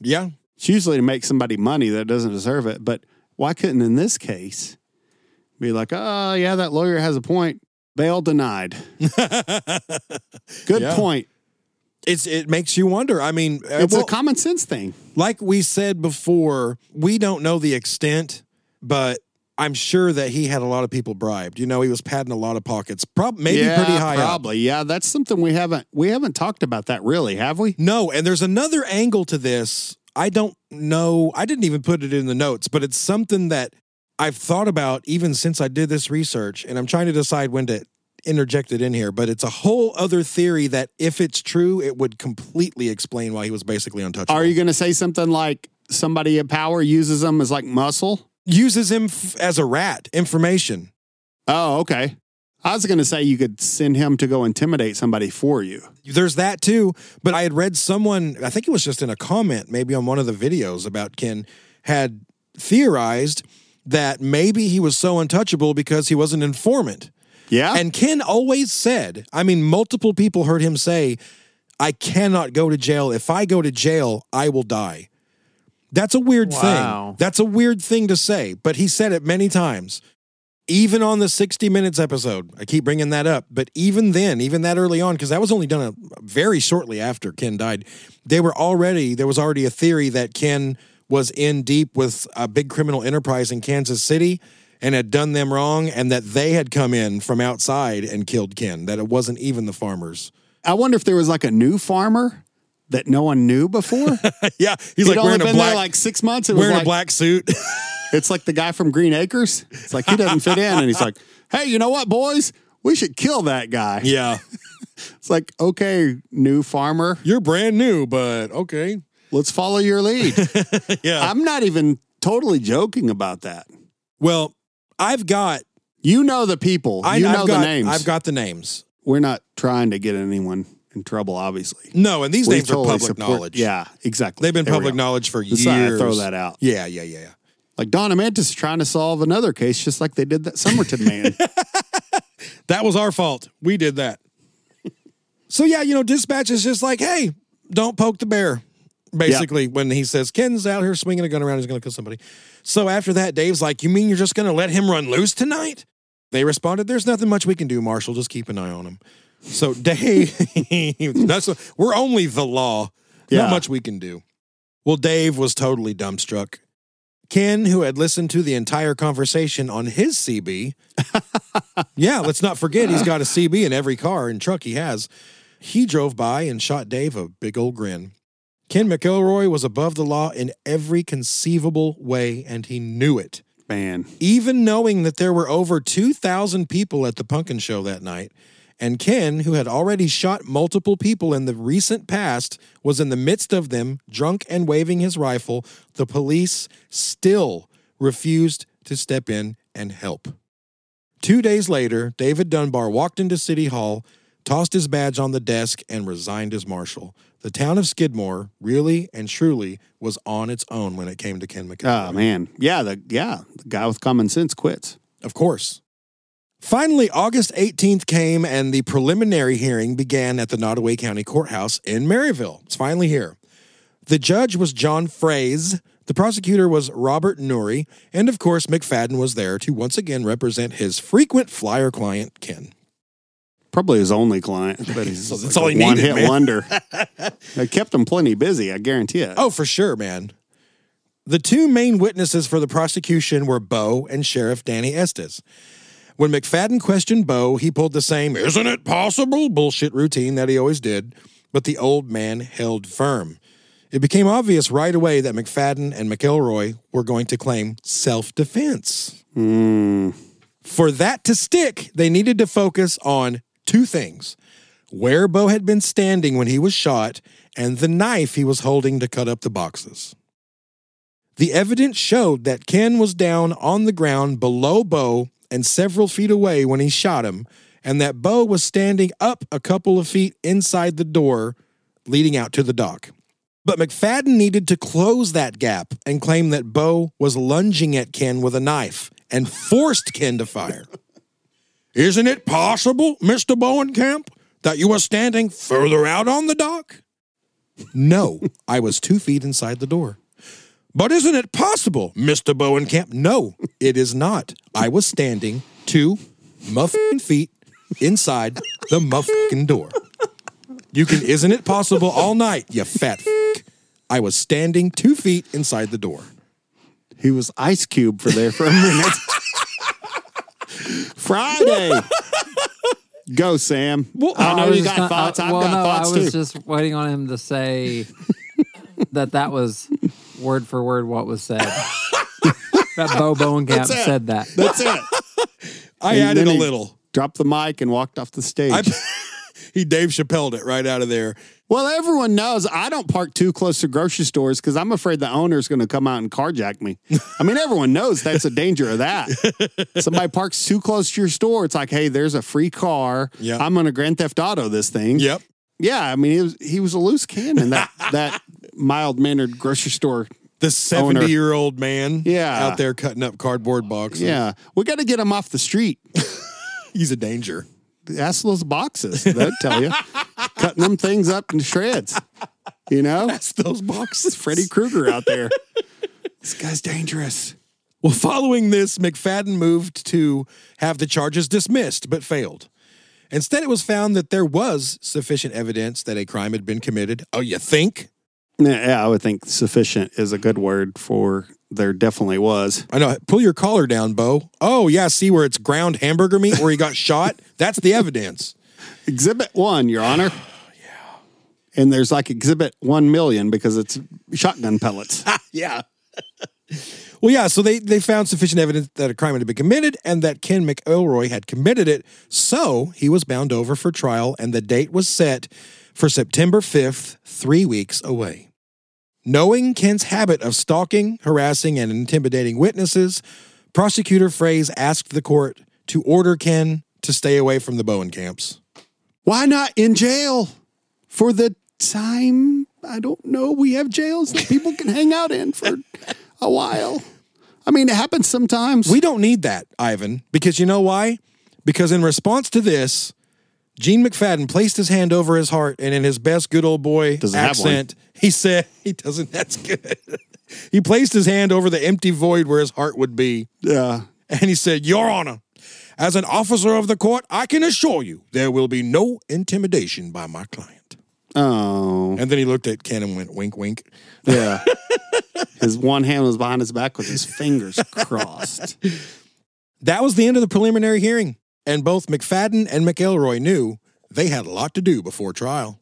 [SPEAKER 3] yeah.
[SPEAKER 4] It's usually to make somebody money that doesn't deserve it. But why couldn't in this case be like, oh, yeah, that lawyer has a point. Bail denied. Good
[SPEAKER 3] Yeah.
[SPEAKER 4] point.
[SPEAKER 3] It's it makes you wonder. I mean, uh,
[SPEAKER 4] It's
[SPEAKER 3] well-
[SPEAKER 4] a common sense thing.
[SPEAKER 3] like we said before, we don't know the extent, but I'm sure that he had a lot of people bribed. You know, he was padding a lot of pockets, prob- maybe pretty high up.
[SPEAKER 4] Probably, yeah. That's something we haven't we haven't talked about that really, have we?
[SPEAKER 3] No, and there's another angle to this. I don't know. I didn't even put it in the notes, but it's something that I've thought about even since I did this research, and I'm trying to decide when to interjected in here, but it's a whole other theory that if it's true, it would completely explain why he was basically untouchable.
[SPEAKER 4] Are you going to say something like somebody at power uses them as like muscle?
[SPEAKER 3] Uses him f- as a rat. Information.
[SPEAKER 4] Oh, okay. I was going to say you could send him to go intimidate somebody for you.
[SPEAKER 3] There's that too. But I had read someone, I think it was just in a comment, maybe on one of the videos about Ken, had theorized that maybe he was so untouchable because he was an informant.
[SPEAKER 4] Yeah.
[SPEAKER 3] And Ken always said, I mean, multiple people heard him say, I cannot go to jail. If I go to jail, I will die. That's a weird
[SPEAKER 5] Wow.
[SPEAKER 3] thing. That's a weird thing to say, but he said it many times. Even on the 60 Minutes episode, I keep bringing that up, but even then, even that early on, because that was only done a, very shortly after Ken died, they were already, there was already a theory that Ken was in deep with a big criminal enterprise in Kansas City and had done them wrong, and that they had come in from outside and killed Ken, that it wasn't even the farmers.
[SPEAKER 4] I wonder if there was like a new farmer that no one knew before.
[SPEAKER 3] yeah, he's
[SPEAKER 4] He'd
[SPEAKER 3] like
[SPEAKER 4] only
[SPEAKER 3] wearing
[SPEAKER 4] been
[SPEAKER 3] a
[SPEAKER 4] there
[SPEAKER 3] black,
[SPEAKER 4] like six months. It was
[SPEAKER 3] wearing
[SPEAKER 4] like,
[SPEAKER 3] a black suit.
[SPEAKER 4] it's like the guy from Green Acres. It's like he doesn't fit in. And he's like, hey, you know what, boys? We should kill that guy.
[SPEAKER 3] yeah.
[SPEAKER 4] It's like, okay, new farmer,
[SPEAKER 3] You're brand new, but okay.
[SPEAKER 4] let's follow your lead.
[SPEAKER 3] Yeah.
[SPEAKER 4] I'm not even totally joking about that.
[SPEAKER 3] well, I've got
[SPEAKER 4] You know the people.
[SPEAKER 3] I,
[SPEAKER 4] you
[SPEAKER 3] I've
[SPEAKER 4] know the
[SPEAKER 3] got
[SPEAKER 4] names.
[SPEAKER 3] I've got the names.
[SPEAKER 4] We're not trying to get anyone in trouble, obviously.
[SPEAKER 3] No, and these
[SPEAKER 4] We
[SPEAKER 3] names
[SPEAKER 4] totally
[SPEAKER 3] are public
[SPEAKER 4] support-
[SPEAKER 3] knowledge.
[SPEAKER 4] Yeah, exactly.
[SPEAKER 3] They've been
[SPEAKER 4] There we
[SPEAKER 3] public
[SPEAKER 4] go.
[SPEAKER 3] knowledge for
[SPEAKER 4] Just thought I'd
[SPEAKER 3] years.
[SPEAKER 4] throw that out.
[SPEAKER 3] Yeah, yeah, yeah, yeah.
[SPEAKER 4] Like Donna Mantis is trying to solve another case, just like they did that Summerton man.
[SPEAKER 3] That was our fault. We did that. so yeah, you know, dispatch is just like, hey, don't poke the bear. Basically, when he says Ken's out here swinging a gun around, he's going to kill somebody. So after that, Dave's like, "You mean you're just going to let him run loose tonight?" They responded, "There's nothing much we can do, Marshall. Just keep an eye on him." So Dave, that's we're only the law.
[SPEAKER 4] Yeah.
[SPEAKER 3] Not much we can do. Well, Dave was totally dumbstruck. Ken, who had listened to the entire conversation on his CB, yeah, let's not forget he's got a CB in every car and truck he has. He drove by and shot Dave a big old grin. Ken McElroy was above the law in every conceivable way, and he knew it.
[SPEAKER 4] Man,
[SPEAKER 3] Even knowing that there were over 2,000 people at the Punkin Show that night, and Ken, who had already shot multiple people in the recent past, was in the midst of them, drunk and waving his rifle, the police still refused to step in and help. Two days later, David Dunbar walked into City Hall, tossed his badge on the desk, and resigned as marshal. The town of Skidmore, really and truly, was on its own when it came to Ken McCullough.
[SPEAKER 4] oh man, yeah, the yeah, the guy with common sense quits.
[SPEAKER 3] Of course. Finally, August 18th came and the preliminary hearing began at the Nottoway County Courthouse in Maryville. It's finally here. The judge was John Fraze, the prosecutor was Robert Nouri, and of course, McFadden was there to once again represent his frequent flyer client, Ken.
[SPEAKER 4] Probably his only client, but he's
[SPEAKER 3] That's
[SPEAKER 4] like
[SPEAKER 3] all
[SPEAKER 4] a
[SPEAKER 3] he needed,
[SPEAKER 4] One hit
[SPEAKER 3] man.
[SPEAKER 4] wonder. They kept him plenty busy, I guarantee it.
[SPEAKER 3] Oh, for sure, man. The two main witnesses for the prosecution were Bo and Sheriff Danny Estes. When McFadden questioned Bo, he pulled the same "Isn't it possible?" bullshit routine that he always did, but the old man held firm. It became obvious right away that McFadden and McElroy were going to claim self-defense.
[SPEAKER 4] Hmm.
[SPEAKER 3] For that to stick, they needed to focus on two things where Bo had been standing when he was shot and the knife he was holding to cut up the boxes. The evidence showed that Ken was down on the ground below Bo and several feet away when he shot him, and that Bo was standing up a couple of feet inside the door leading out to the dock. But McFadden needed to close that gap and claim that Bo was lunging at Ken with a knife and forced Ken to fire. Isn't it possible, Mr. Bowenkamp, that you were standing further out on the dock? No, I was two feet inside the door. But isn't it possible, Mr. Bowenkamp? No, it is not. I was standing two muffin feet inside the muffin door. You can, isn't it possible all night, you fat f- I was standing two feet inside the door.
[SPEAKER 4] He was Ice Cube for there for a minute. Friday. Go, Sam. I know
[SPEAKER 5] was
[SPEAKER 4] you got
[SPEAKER 5] just gonna- I-
[SPEAKER 4] thoughts. I've
[SPEAKER 5] well,
[SPEAKER 4] got
[SPEAKER 5] no,
[SPEAKER 4] thoughts
[SPEAKER 5] I was
[SPEAKER 4] too.
[SPEAKER 5] just waiting on him to say that that was word for word what was said. that Bo Bowenkamp
[SPEAKER 4] it.
[SPEAKER 5] said that.
[SPEAKER 4] That's it.
[SPEAKER 3] I
[SPEAKER 4] And
[SPEAKER 3] added
[SPEAKER 4] then
[SPEAKER 3] a
[SPEAKER 4] he
[SPEAKER 3] little.
[SPEAKER 4] dropped the mic and walked off the stage.
[SPEAKER 3] I, he Dave Chappelled it right out of there.
[SPEAKER 4] well, everyone knows I don't park too close to grocery stores because I'm afraid the owner's going to come out and carjack me. I mean, everyone knows that's a danger of that. Somebody parks too close to your store. It's like, hey, there's a free car.
[SPEAKER 3] Yeah.
[SPEAKER 4] I'm going to Grand Theft Auto this thing.
[SPEAKER 3] Yep.
[SPEAKER 4] Yeah. I mean, he was, he was a loose cannon, that, that mild mannered grocery store
[SPEAKER 3] The 70 year old man
[SPEAKER 4] Yeah.
[SPEAKER 3] out there cutting up cardboard boxes.
[SPEAKER 4] Yeah, we got to get him off the street.
[SPEAKER 3] He's a danger.
[SPEAKER 4] Ask those boxes. They'll tell you. Cutting them things up into shreds. You know? That's those boxes. Freddy Krueger out there. this guy's dangerous.
[SPEAKER 3] Well, following this, McFadden moved to have the charges dismissed, but failed. Instead, it was found that there was sufficient evidence that a crime had been committed. Oh, you think?
[SPEAKER 4] Yeah, yeah, I would think sufficient is a good word for there definitely was.
[SPEAKER 3] I know. Pull your collar down, Bo. Oh, yeah. See where it's ground hamburger meat where he got shot? That's the evidence.
[SPEAKER 4] Exhibit one, Your Honor. yeah. And there's like exhibit one million because it's shotgun pellets.
[SPEAKER 3] yeah. well, yeah. So they, they found sufficient evidence that a crime had been committed and that Ken McElroy had committed it. So he was bound over for trial, and the date was set for September 5th, three weeks away. Knowing Ken's habit of stalking, harassing, and intimidating witnesses, prosecutor Fraze asked the court to order Ken to stay away from the Bowen camps.
[SPEAKER 4] Why not in jail for the time? I don't know. We have jails that people can hang out in for a while. I mean, it happens sometimes.
[SPEAKER 3] We don't need that, Ivan, because you know why? Because in response to this, Gene McFadden placed his hand over his heart and in his best good old boy
[SPEAKER 4] Doesn't have one.
[SPEAKER 3] accent, he said, he doesn't, that's good. he placed his hand over the empty void where his heart would be
[SPEAKER 4] yeah.
[SPEAKER 3] and he said, Your Honor, as an officer of the court, I can assure you there will be no intimidation by my client.
[SPEAKER 4] Oh,
[SPEAKER 3] And then he looked at Ken and went, wink, wink.
[SPEAKER 4] yeah. his one hand was behind his back with his fingers crossed.
[SPEAKER 3] That was the end of the preliminary hearing, and both McFadden and McElroy knew they had a lot to do before trial.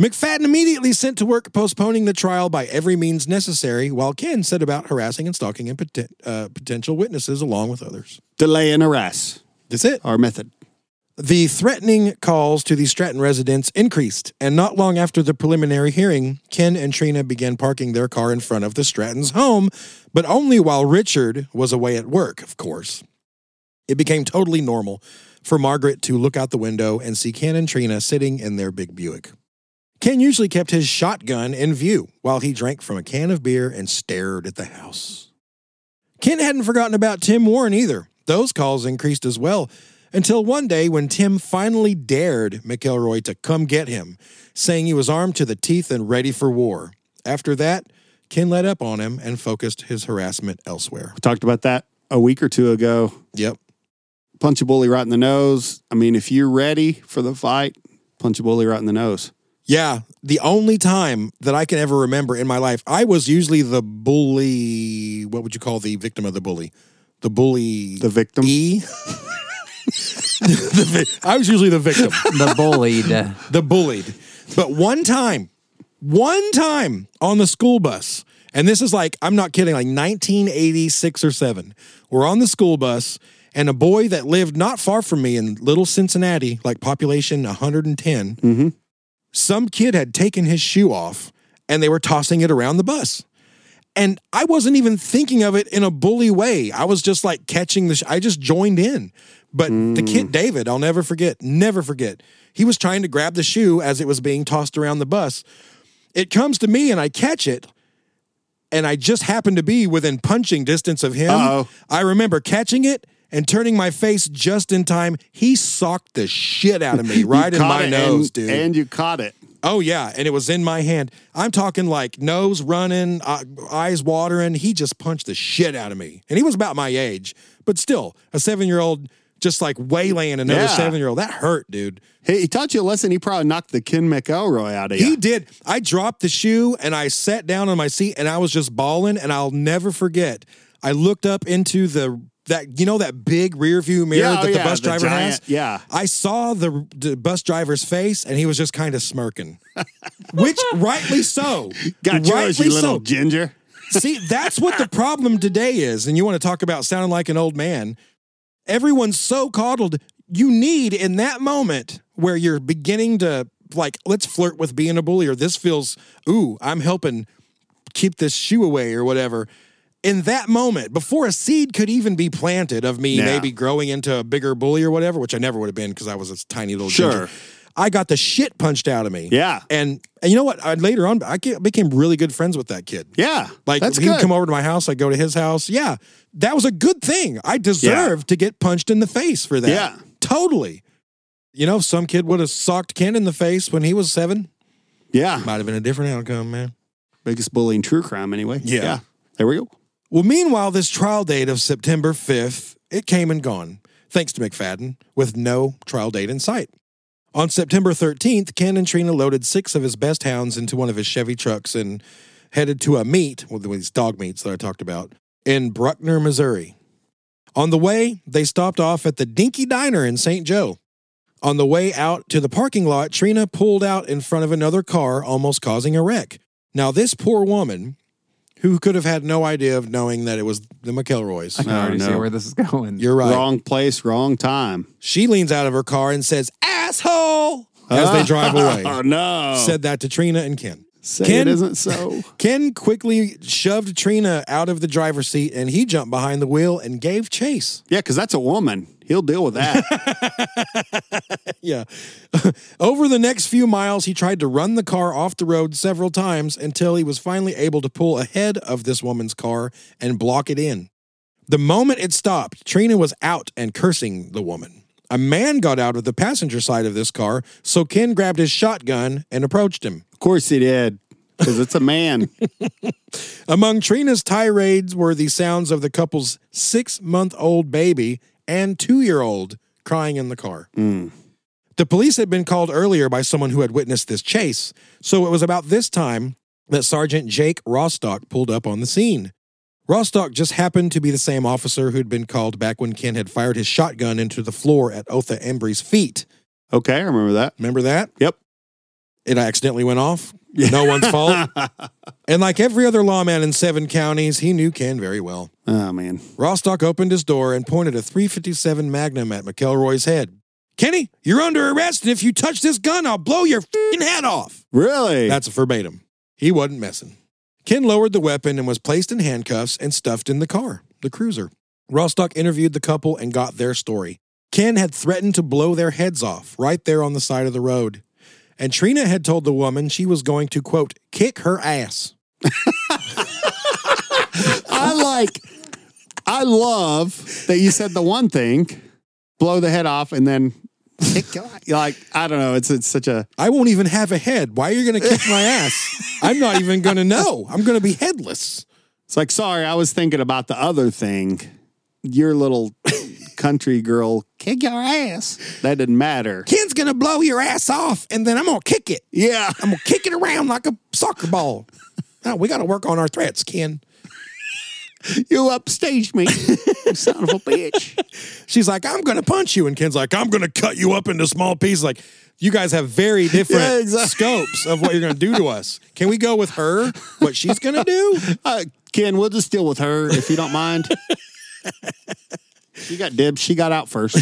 [SPEAKER 3] McFadden immediately sent to work postponing the trial by every means necessary, while Ken set about harassing and stalking and poten- uh, potential witnesses along with others.
[SPEAKER 4] Delay and harass,
[SPEAKER 3] That's it.
[SPEAKER 4] our method.
[SPEAKER 3] The threatening calls to the Stratton residents increased, and not long after the preliminary hearing, Ken and Trina began parking their car in front of the Stratton's home, but only while Richard was away at work, of course. It became totally normal for Margaret to look out the window and see Ken and Trina sitting in their big Buick. Ken usually kept his shotgun in view while he drank from a can of beer and stared at the house. Ken hadn't forgotten about Tim Warren either. Those calls increased as well until one day when Tim finally dared McElroy to come get him, saying he was armed to the teeth and ready for war. After that, Ken let up on him and focused his harassment elsewhere.
[SPEAKER 4] We talked about that a week or two ago.
[SPEAKER 3] Yep.
[SPEAKER 4] Punch a bully right in the nose. I mean, if you're ready for the fight, punch a bully right in the nose.
[SPEAKER 3] Yeah, the only time that I can ever remember in my life, I was usually the bully. What would you call the victim of the bully? The bully.
[SPEAKER 4] The victim.
[SPEAKER 3] E. The vi- I was usually the victim.
[SPEAKER 5] The bullied.
[SPEAKER 3] the bullied. But one time, one time on the school bus, and this is like, I'm not kidding, like 1986 or seven, we're on the school bus, and a boy that lived not far from me in little Cincinnati, like population 110, some kid had taken his shoe off and they were tossing it around the bus. And I wasn't even thinking of it in a bully way. I was just like catching the, sh- I just joined in. But the
[SPEAKER 4] Mm.
[SPEAKER 3] kid, David, I'll never forget, never forget. He was trying to grab the shoe as it was being tossed around the bus. It comes to me and I catch it. And I just happened to be within punching distance of him.
[SPEAKER 4] Uh-oh.
[SPEAKER 3] I remember catching it and turning my face just in time. He socked the shit out of me right in
[SPEAKER 4] Caught
[SPEAKER 3] my
[SPEAKER 4] it
[SPEAKER 3] nose,
[SPEAKER 4] and-
[SPEAKER 3] dude.
[SPEAKER 4] And you caught it.
[SPEAKER 3] Oh yeah, and it was in my hand. I'm talking like nose running, uh, eyes watering. He just punched the shit out of me, and he was about my age, but still, a seven year old just like waylaying another
[SPEAKER 4] Yeah.
[SPEAKER 3] seven year old. That hurt, dude.
[SPEAKER 4] Hey, he taught you a lesson. He probably knocked the Ken McElroy out of you.
[SPEAKER 3] He did. I dropped the shoe and I sat down on my seat and I was just bawling. And I'll never forget. I looked up into the that you know that big rear view mirror
[SPEAKER 4] Yeah, oh
[SPEAKER 3] that the
[SPEAKER 4] yeah,
[SPEAKER 3] bus
[SPEAKER 4] the
[SPEAKER 3] driver
[SPEAKER 4] giant-
[SPEAKER 3] has.
[SPEAKER 4] yeah.
[SPEAKER 3] I saw the, the bus driver's face and he was just kind of smirking, which rightly so.
[SPEAKER 4] Got yours, you little
[SPEAKER 3] so.
[SPEAKER 4] ginger.
[SPEAKER 3] See, that's what the problem today is. And you want to talk about sounding like an old man. Everyone's so coddled. you need in that moment where you're beginning to like let's flirt with being a bully or this feels ooh i'm helping keep this shoe away or whatever in that moment before a seed could even be planted of me
[SPEAKER 4] Yeah.
[SPEAKER 3] maybe growing into a bigger bully or whatever which i never would have been because i was a tiny little
[SPEAKER 4] Sure.
[SPEAKER 3] ginger i got the shit punched out of me
[SPEAKER 4] Yeah.
[SPEAKER 3] and and you know what I, later on i ge- became really good friends with that kid
[SPEAKER 4] Yeah.
[SPEAKER 3] like
[SPEAKER 4] that's
[SPEAKER 3] he'd
[SPEAKER 4] good.
[SPEAKER 3] come over to my house, I'd go to his house. Yeah, that was a good thing. I deserved to get punched in the face for that.
[SPEAKER 4] Yeah.
[SPEAKER 3] totally. You know, if some kid would have socked Ken in the face when he was seven,
[SPEAKER 4] Yeah.
[SPEAKER 3] might have been a different outcome, man.
[SPEAKER 4] Biggest bullying true crime anyway.
[SPEAKER 3] Yeah.
[SPEAKER 4] There we go.
[SPEAKER 3] Well, meanwhile, this trial date of September 5th, it came and gone, thanks to McFadden, with no trial date in sight. On September 13th, Ken and Trina loaded six of his best hounds into one of his Chevy trucks and headed to a meet, well, these dog meets that I talked about, in Bruckner, Missouri. On the way, they stopped off at the Dinky Diner in St. Joe. On the way out to the parking lot, Trina pulled out in front of another car, almost causing a wreck. Now, this poor woman, who could have had no idea of knowing that it was the McElroys.
[SPEAKER 5] I can
[SPEAKER 4] Oh,
[SPEAKER 5] already see
[SPEAKER 4] no.
[SPEAKER 5] where this is going.
[SPEAKER 3] You're right.
[SPEAKER 4] Wrong place, wrong time.
[SPEAKER 3] She leans out of her car and says, asshole, as they drive
[SPEAKER 4] Oh
[SPEAKER 3] away.
[SPEAKER 4] no.
[SPEAKER 3] Said that to Trina and Ken.
[SPEAKER 4] Say
[SPEAKER 3] Ken-
[SPEAKER 4] it isn't so.
[SPEAKER 3] Ken quickly shoved Trina out of the driver's seat and he jumped behind the wheel and gave chase.
[SPEAKER 4] yeah, because that's a woman. He'll deal with that.
[SPEAKER 3] Yeah. Over the next few miles, he tried to run the car off the road several times until he was finally able to pull ahead of this woman's car and block it in. The moment it stopped, Trina was out and cursing the woman. A man got out of the passenger side of this car, so Ken grabbed his shotgun and approached him.
[SPEAKER 4] of course he did. Because it's a man.
[SPEAKER 3] Among Trina's tirades were the sounds of the couple's six month old baby and two year old crying in the car. The police had been called earlier by someone who had witnessed this chase, so it was about this time that Sergeant Jake Rostock pulled up on the scene. Rostock just happened to be the same officer who'd been called back when Ken had fired his shotgun into the floor at Otha Embry's feet.
[SPEAKER 4] Okay, I remember that.
[SPEAKER 3] Remember that?
[SPEAKER 4] Yep.
[SPEAKER 3] It accidentally went off. No one's fault. And like every other lawman in seven counties, he knew Ken very well.
[SPEAKER 4] Oh man.
[SPEAKER 3] Rostock opened his door and pointed a 357 Magnum at McElroy's head. Kenny, you're under arrest, and if you touch this gun, I'll blow your fing head off.
[SPEAKER 4] Really?
[SPEAKER 3] That's verbatim. He wasn't messing. Ken lowered the weapon and was placed in handcuffs and stuffed in the car, the cruiser. Rostock interviewed the couple and got their story. Ken had threatened to blow their heads off right there on the side of the road. And Trina had told the woman she was going to, quote, kick her ass.
[SPEAKER 4] I like I love that you said the one thing, blow the head off, and then kick your- like I don't know, it's it's such a
[SPEAKER 3] I won't even have a head. Why are you going to kick my ass? I'm not even going to know. I'm going to be headless.
[SPEAKER 4] It's like, sorry, I was thinking about the other thing. Your little country girl, kick your ass. That didn't matter.
[SPEAKER 3] Ken's going to blow your ass off and then I'm going to kick it.
[SPEAKER 4] Yeah.
[SPEAKER 3] I'm going to kick it around like a soccer ball. Now, we got to work on our threats, Ken.
[SPEAKER 4] You upstaged me, you son of a bitch.
[SPEAKER 3] She's like, I'm going to punch you. And Ken's like, I'm going to cut you up into small pieces. Like, you guys have very different
[SPEAKER 4] Yeah, exactly.
[SPEAKER 3] scopes of what you're going to do to us. Can we go with her, what she's going to do?
[SPEAKER 4] Uh, Ken, we'll just deal with her if you don't mind. She got dibs. She got out first.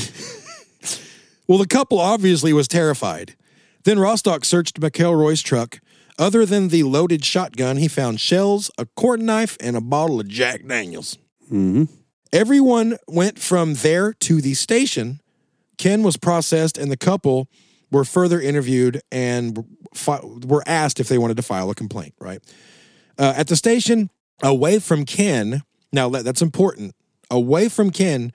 [SPEAKER 3] Well, the couple obviously was terrified. Then Rostock searched McElroy's truck. Other than the loaded shotgun, he found shells, a cord knife, and a bottle of Jack Daniels. Everyone went from there to the station. Ken was processed, and the couple were further interviewed and fi- were asked if they wanted to file a complaint, right? Uh, at the station, away from Ken, now that- that's important, away from Ken,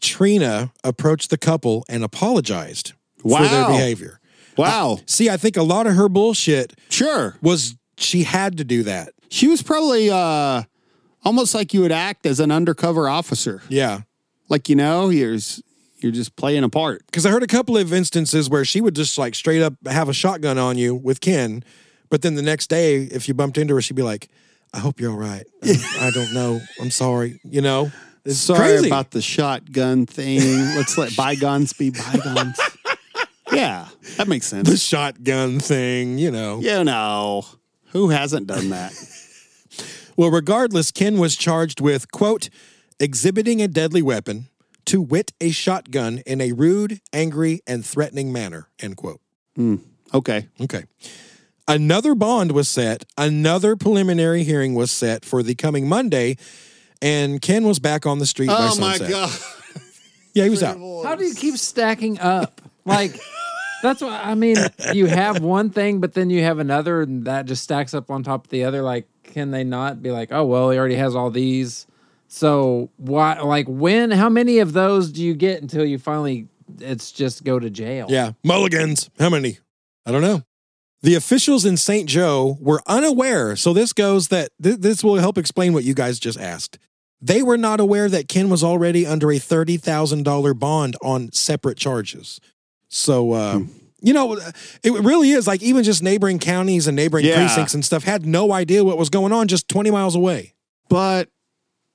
[SPEAKER 3] Trina approached the couple and apologized for their
[SPEAKER 4] Wow.
[SPEAKER 3] behavior.
[SPEAKER 4] Wow.
[SPEAKER 3] See, I think a lot of her bullshit
[SPEAKER 4] Uh, Sure.
[SPEAKER 3] was she had to do that.
[SPEAKER 4] She was probably uh, almost like you would act as an undercover officer.
[SPEAKER 3] Yeah.
[SPEAKER 4] Like, you know, you're, s- you're just playing a part.
[SPEAKER 3] Because I heard a couple of instances where she would just like straight up have a shotgun on you with Ken, but then the next day, if you bumped into her, she'd be like, "I hope you're all right. Um, I don't know. I'm sorry. You know, it's
[SPEAKER 4] Sorry
[SPEAKER 3] crazy.
[SPEAKER 4] about the shotgun thing. Let's let bygones be bygones. yeah, that makes
[SPEAKER 3] the
[SPEAKER 4] sense.
[SPEAKER 3] shotgun thing. You know.
[SPEAKER 4] You know, who hasn't done that?
[SPEAKER 3] Well, regardless, Ken was charged with quote exhibiting a deadly weapon, to wit a shotgun in a rude, angry, and threatening manner. End quote.
[SPEAKER 4] Okay.
[SPEAKER 3] Okay. Another bond was set, another preliminary hearing was set for the coming Monday, and Ken was back on the street by
[SPEAKER 4] Oh my
[SPEAKER 3] sunset.
[SPEAKER 4] god.
[SPEAKER 3] Yeah, he was out.
[SPEAKER 5] How do you keep stacking up? Like, that's what I mean. You have one thing, but then you have another, and that just stacks up on top of the other. Like, can they not be like, oh, well, he already has all these? So, why, like, when, how many of those do you get until you finally, it's just go to jail?
[SPEAKER 3] Yeah. Mulligans. How many? I don't know. The officials in St. Joe were unaware. So this goes that th- this will help explain what you guys just asked. They were not aware that Ken was already under a $30,000 bond on separate charges. So, uh,
[SPEAKER 4] Hmm.
[SPEAKER 3] you know, it really is like even just neighboring counties and neighboring
[SPEAKER 4] Yeah.
[SPEAKER 3] precincts and stuff had no idea what was going on just 20 miles away.
[SPEAKER 4] But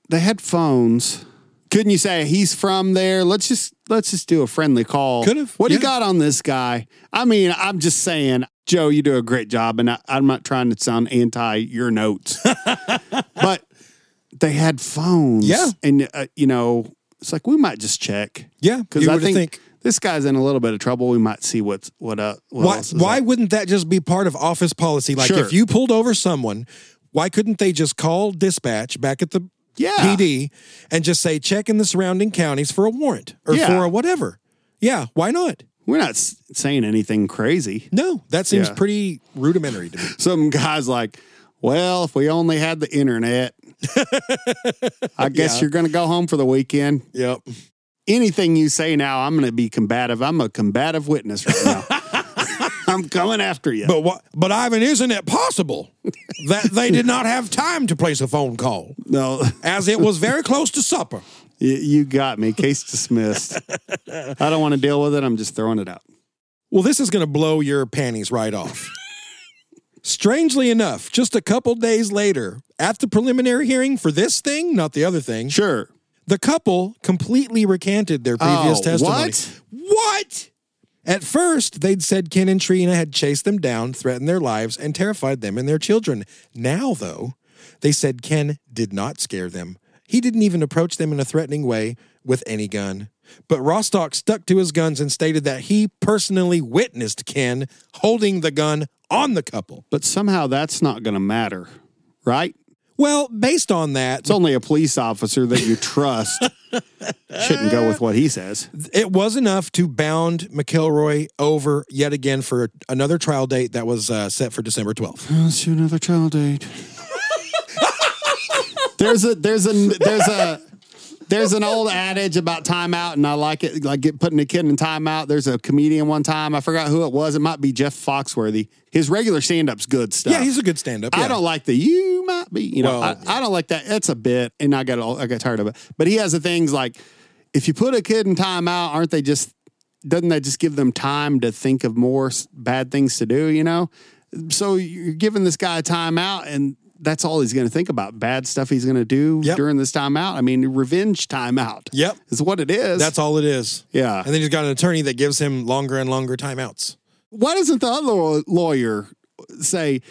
[SPEAKER 4] they had phones. Couldn't you say he's from there? Let's just let's just do a friendly call.
[SPEAKER 3] Could've,
[SPEAKER 4] What do
[SPEAKER 3] yeah.
[SPEAKER 4] you got on this guy? I mean, I'm just saying, Joe, you do a great job, and I, I'm not trying to sound anti your notes, but they had phones.
[SPEAKER 3] Yeah.
[SPEAKER 4] and uh, you know, it's like we might just check.
[SPEAKER 3] Yeah.
[SPEAKER 4] because
[SPEAKER 3] you
[SPEAKER 4] I
[SPEAKER 3] would've
[SPEAKER 4] think, this guy's in a little bit of trouble. We might see what's what up. What
[SPEAKER 3] why,
[SPEAKER 4] else is
[SPEAKER 3] why
[SPEAKER 4] up.
[SPEAKER 3] wouldn't that just be part of office policy? Like
[SPEAKER 4] Sure.
[SPEAKER 3] if you pulled over someone, why couldn't they just call dispatch back at the
[SPEAKER 4] Yeah.
[SPEAKER 3] PD and just say check in the surrounding counties for a warrant or
[SPEAKER 4] Yeah.
[SPEAKER 3] for a whatever? Yeah, why not?
[SPEAKER 4] We're not s- saying anything crazy.
[SPEAKER 3] No, that seems
[SPEAKER 4] Yeah.
[SPEAKER 3] pretty rudimentary to me.
[SPEAKER 4] Some guys like, well, if we only had the internet, I guess
[SPEAKER 3] Yeah.
[SPEAKER 4] you're going to go home for the weekend.
[SPEAKER 3] yep.
[SPEAKER 4] Anything you say now, I'm going to be combative. I'm a combative witness right now. I'm coming after you.
[SPEAKER 3] But what but Ivan, isn't it possible that they did not have time to place a phone call
[SPEAKER 4] no,
[SPEAKER 3] as it was very close to supper?
[SPEAKER 4] you, you got me. Case dismissed. I don't want to deal with it. I'm just throwing it out.
[SPEAKER 3] Well, this is going to blow your panties right off. Strangely enough, just a couple days later, at the preliminary hearing for this thing, not the other thing,
[SPEAKER 4] Sure.
[SPEAKER 3] the couple completely recanted their previous
[SPEAKER 4] Oh,
[SPEAKER 3] testimony.
[SPEAKER 4] what?
[SPEAKER 3] What? At first, they'd said Ken and Trina had chased them down, threatened their lives, and terrified them and their children. Now, though, they said Ken did not scare them. He didn't even approach them in a threatening way with any gun. But Rostock stuck to his guns and stated that he personally witnessed Ken holding the gun on the couple.
[SPEAKER 4] But somehow that's not going to matter, right?
[SPEAKER 3] Well, based on that,
[SPEAKER 4] It's only a police officer that you trust. Shouldn't go with what he says.
[SPEAKER 3] it was enough to bound McElroy over yet again for another trial date that was uh, set for December 12th.
[SPEAKER 4] Let's do another trial date. there's a there's a there's a there's an old adage about timeout, and I like it. Like get, putting a kid in timeout. There's a comedian one time. I forgot who it was. It might be Jeff Foxworthy. His regular stand-up's good stuff.
[SPEAKER 3] Yeah, he's a good stand up.
[SPEAKER 4] I don't like the you might be. You know,
[SPEAKER 3] Well,
[SPEAKER 4] I, I don't like that. It's a bit, and I got all- I got tired of it. But he has the things like, if you put a kid in timeout, aren't they just? Doesn't that just give them time to think of more s- bad things to do? You know, so you're giving this guy a timeout, and that's all he's going to think about bad stuff he's going to do
[SPEAKER 3] Yep.
[SPEAKER 4] during this timeout. I mean, revenge timeout.
[SPEAKER 3] Yep.
[SPEAKER 4] is what it is.
[SPEAKER 3] That's all it is.
[SPEAKER 4] yeah.
[SPEAKER 3] And then he's got an attorney that gives him longer and longer timeouts.
[SPEAKER 4] why doesn't the other law- lawyer say,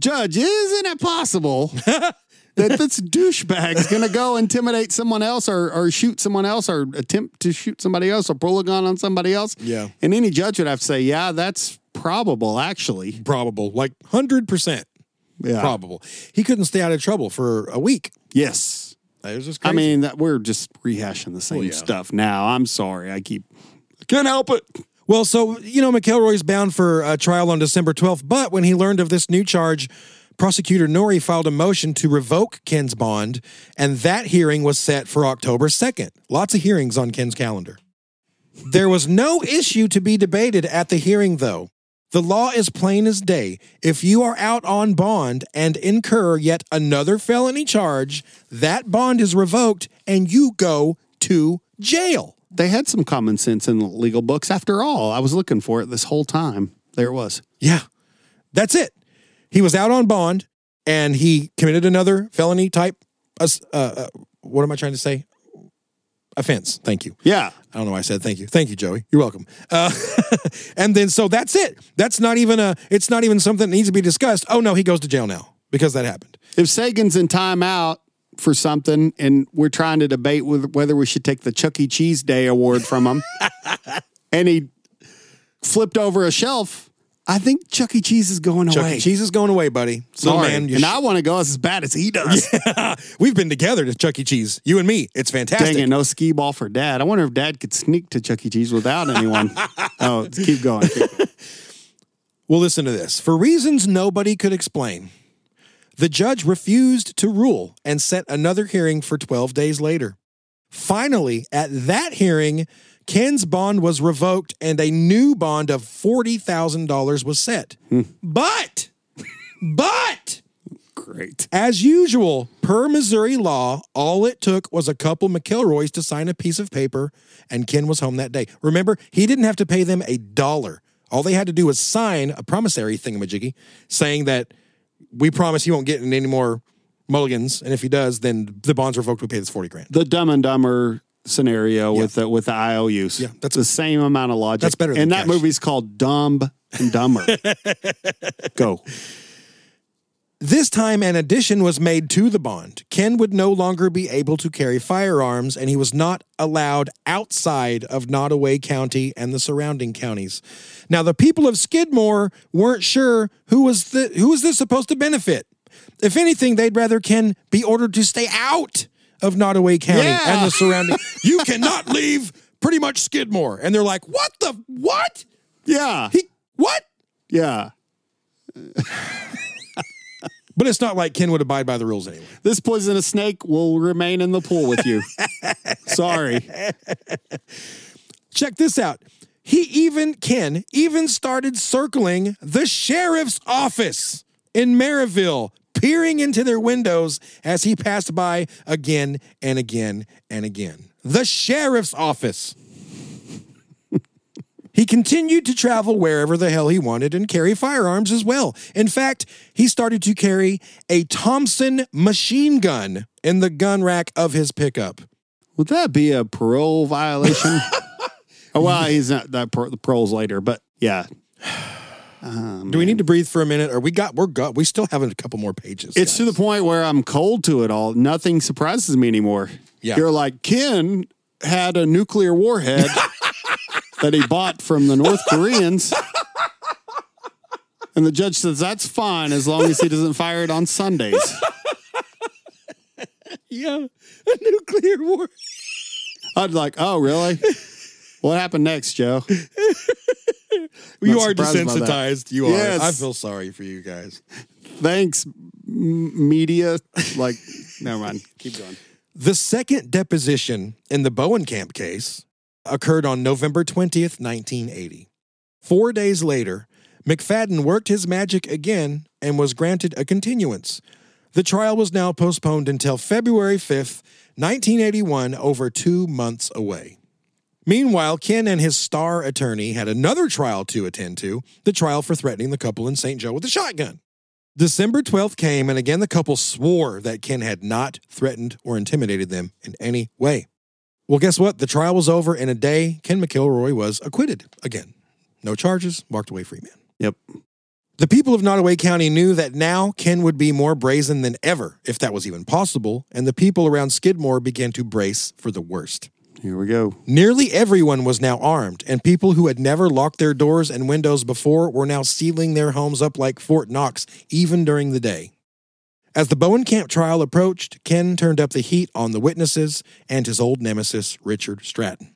[SPEAKER 4] Judge, isn't it possible that this douchebag's going to go intimidate someone else or, or shoot someone else or attempt to shoot somebody else or pull a gun on somebody else?
[SPEAKER 3] Yeah.
[SPEAKER 4] And any judge would have to say, yeah, that's probable, actually.
[SPEAKER 3] Probable, like 100%
[SPEAKER 4] Yeah.
[SPEAKER 3] probable. He couldn't stay out of trouble for a week.
[SPEAKER 4] Yes.
[SPEAKER 3] It was just
[SPEAKER 4] I
[SPEAKER 3] crazy.
[SPEAKER 4] mean, that we're just rehashing the same stuff now. I'm sorry. I keep.
[SPEAKER 3] can't help it. Well, so, you know, McElroy's bound for a trial on December 12th, but when he learned of this new charge, prosecutor Norrie filed a motion to revoke Ken's bond, and that hearing was set for October 2nd. Lots of hearings on Ken's calendar. There was no issue to be debated at the hearing, though. The law is plain as day. If you are out on bond and incur yet another felony charge, that bond is revoked and you go to jail.
[SPEAKER 4] They had some common sense in the legal books after all. I was looking for it this whole time. There it was.
[SPEAKER 3] Yeah. That's it. He was out on bond and he committed another felony type. Uh, uh, what am I trying to say? Offense. Thank you.
[SPEAKER 4] Yeah.
[SPEAKER 3] I don't know why I said thank you. Thank you, Joey. You're welcome. Uh, and then so that's it. That's not even a. It's not even something that needs to be discussed. Oh no, he goes to jail now because that happened.
[SPEAKER 4] If Sagan's in timeout for something, and we're trying to debate with whether we should take the Chuck E. Cheese Day award from him. and he flipped over a shelf. I think Chuck E. Cheese is going
[SPEAKER 3] Chuck
[SPEAKER 4] away.
[SPEAKER 3] E. Cheese is going away, buddy. So,
[SPEAKER 4] Sorry.
[SPEAKER 3] man, you
[SPEAKER 4] and
[SPEAKER 3] sh-
[SPEAKER 4] I want to go as bad as he does.
[SPEAKER 3] we've been together to Chuck E. Cheese, you and me. It's fantastic.
[SPEAKER 4] Dang it, no skee ball for dad. I wonder if dad could sneak to Chuck E. Cheese without anyone. oh, keep going.
[SPEAKER 3] Well, listen to this. For reasons nobody could explain, the judge refused to rule and set another hearing for 12 days later. Finally, at that hearing, Ken's bond was revoked and a new bond of $40,000 was set. But, but,
[SPEAKER 4] Great.
[SPEAKER 3] as usual, per Missouri law, all it took was a couple McElroys to sign a piece of paper, and Ken was home that day. Remember, he didn't have to pay them a dollar. All they had to do was sign a promissory thingamajiggy saying that we promise he won't get in any more mulligans, and if he does, then the bond's revoked. We pay this forty grand.
[SPEAKER 4] The Dumb and Dumber scenario with the with the IOUs.
[SPEAKER 3] Yeah, that's-
[SPEAKER 4] the same amount of logic.
[SPEAKER 3] That's better than
[SPEAKER 4] and that
[SPEAKER 3] cash.
[SPEAKER 4] movie's called Dumb and Dumber. go.
[SPEAKER 3] This time, an addition was made to the bond. Ken would no longer be able to carry firearms, and he was not allowed outside of Nottoway County and the surrounding counties. Now, the people of Skidmore weren't sure who was the, who was this supposed to benefit. If anything, they'd rather Ken be ordered to stay out of Nottoway County
[SPEAKER 4] Yeah.
[SPEAKER 3] and the surrounding. you cannot leave pretty much Skidmore, and they're like, "What the what?
[SPEAKER 4] Yeah.
[SPEAKER 3] He what?"
[SPEAKER 4] yeah.
[SPEAKER 3] But it's not like Ken would abide by the rules anyway.
[SPEAKER 4] This poisonous snake will remain in the pool with you. Sorry.
[SPEAKER 3] Check this out. He even, Ken, even started circling the sheriff's office in Maryville, peering into their windows as he passed by again and again and again. The sheriff's office. He continued to travel wherever the hell he wanted and carry firearms as well. In fact, he started to carry a Thompson machine gun in the gun rack of his pickup.
[SPEAKER 4] Would that be a parole violation? oh, well, he's not that par- the parole's later, but yeah.
[SPEAKER 3] Do we need to breathe for a minute? Or we got we're got we still have a couple more pages.
[SPEAKER 4] It's to
[SPEAKER 3] guys.
[SPEAKER 4] the point where I'm cold to it all. Nothing surprises me anymore.
[SPEAKER 3] Yeah.
[SPEAKER 4] You're like, Ken had a nuclear warhead that he bought from the North Koreans. And the judge says, that's fine as long as he doesn't fire it on Sundays.
[SPEAKER 3] yeah, a nuclear war.
[SPEAKER 4] I'd like, oh, really? What happened next, Joe?
[SPEAKER 3] You
[SPEAKER 4] Not
[SPEAKER 3] are
[SPEAKER 4] surprised by that.
[SPEAKER 3] desensitized. You are.
[SPEAKER 4] Yes.
[SPEAKER 3] I feel sorry for you guys.
[SPEAKER 4] Thanks, m- media. Like, never mind. Keep going.
[SPEAKER 3] The second deposition in the Bowen Camp case occurred on November 20th, 1980. Four days later, McFadden worked his magic again and was granted a continuance. The trial was now postponed until February 5th, 1981, over two months away. Meanwhile, Ken and his star attorney had another trial to attend to the trial for threatening the couple in St. Joe with a shotgun. December 12th came, and again the couple swore that Ken had not threatened or intimidated them in any way. Well, guess what? The trial was over in a day. Ken McIlroy was acquitted again. No charges, walked away free man.
[SPEAKER 4] Yep.
[SPEAKER 3] The people of Nottoway County knew that now Ken would be more brazen than ever, if that was even possible, and the people around Skidmore began to brace for the worst.
[SPEAKER 4] Here we go.
[SPEAKER 3] Nearly everyone was now armed, and people who had never locked their doors and windows before were now sealing their homes up like Fort Knox, even during the day. As the Bowen Camp trial approached, Ken turned up the heat on the witnesses and his old nemesis, Richard Stratton.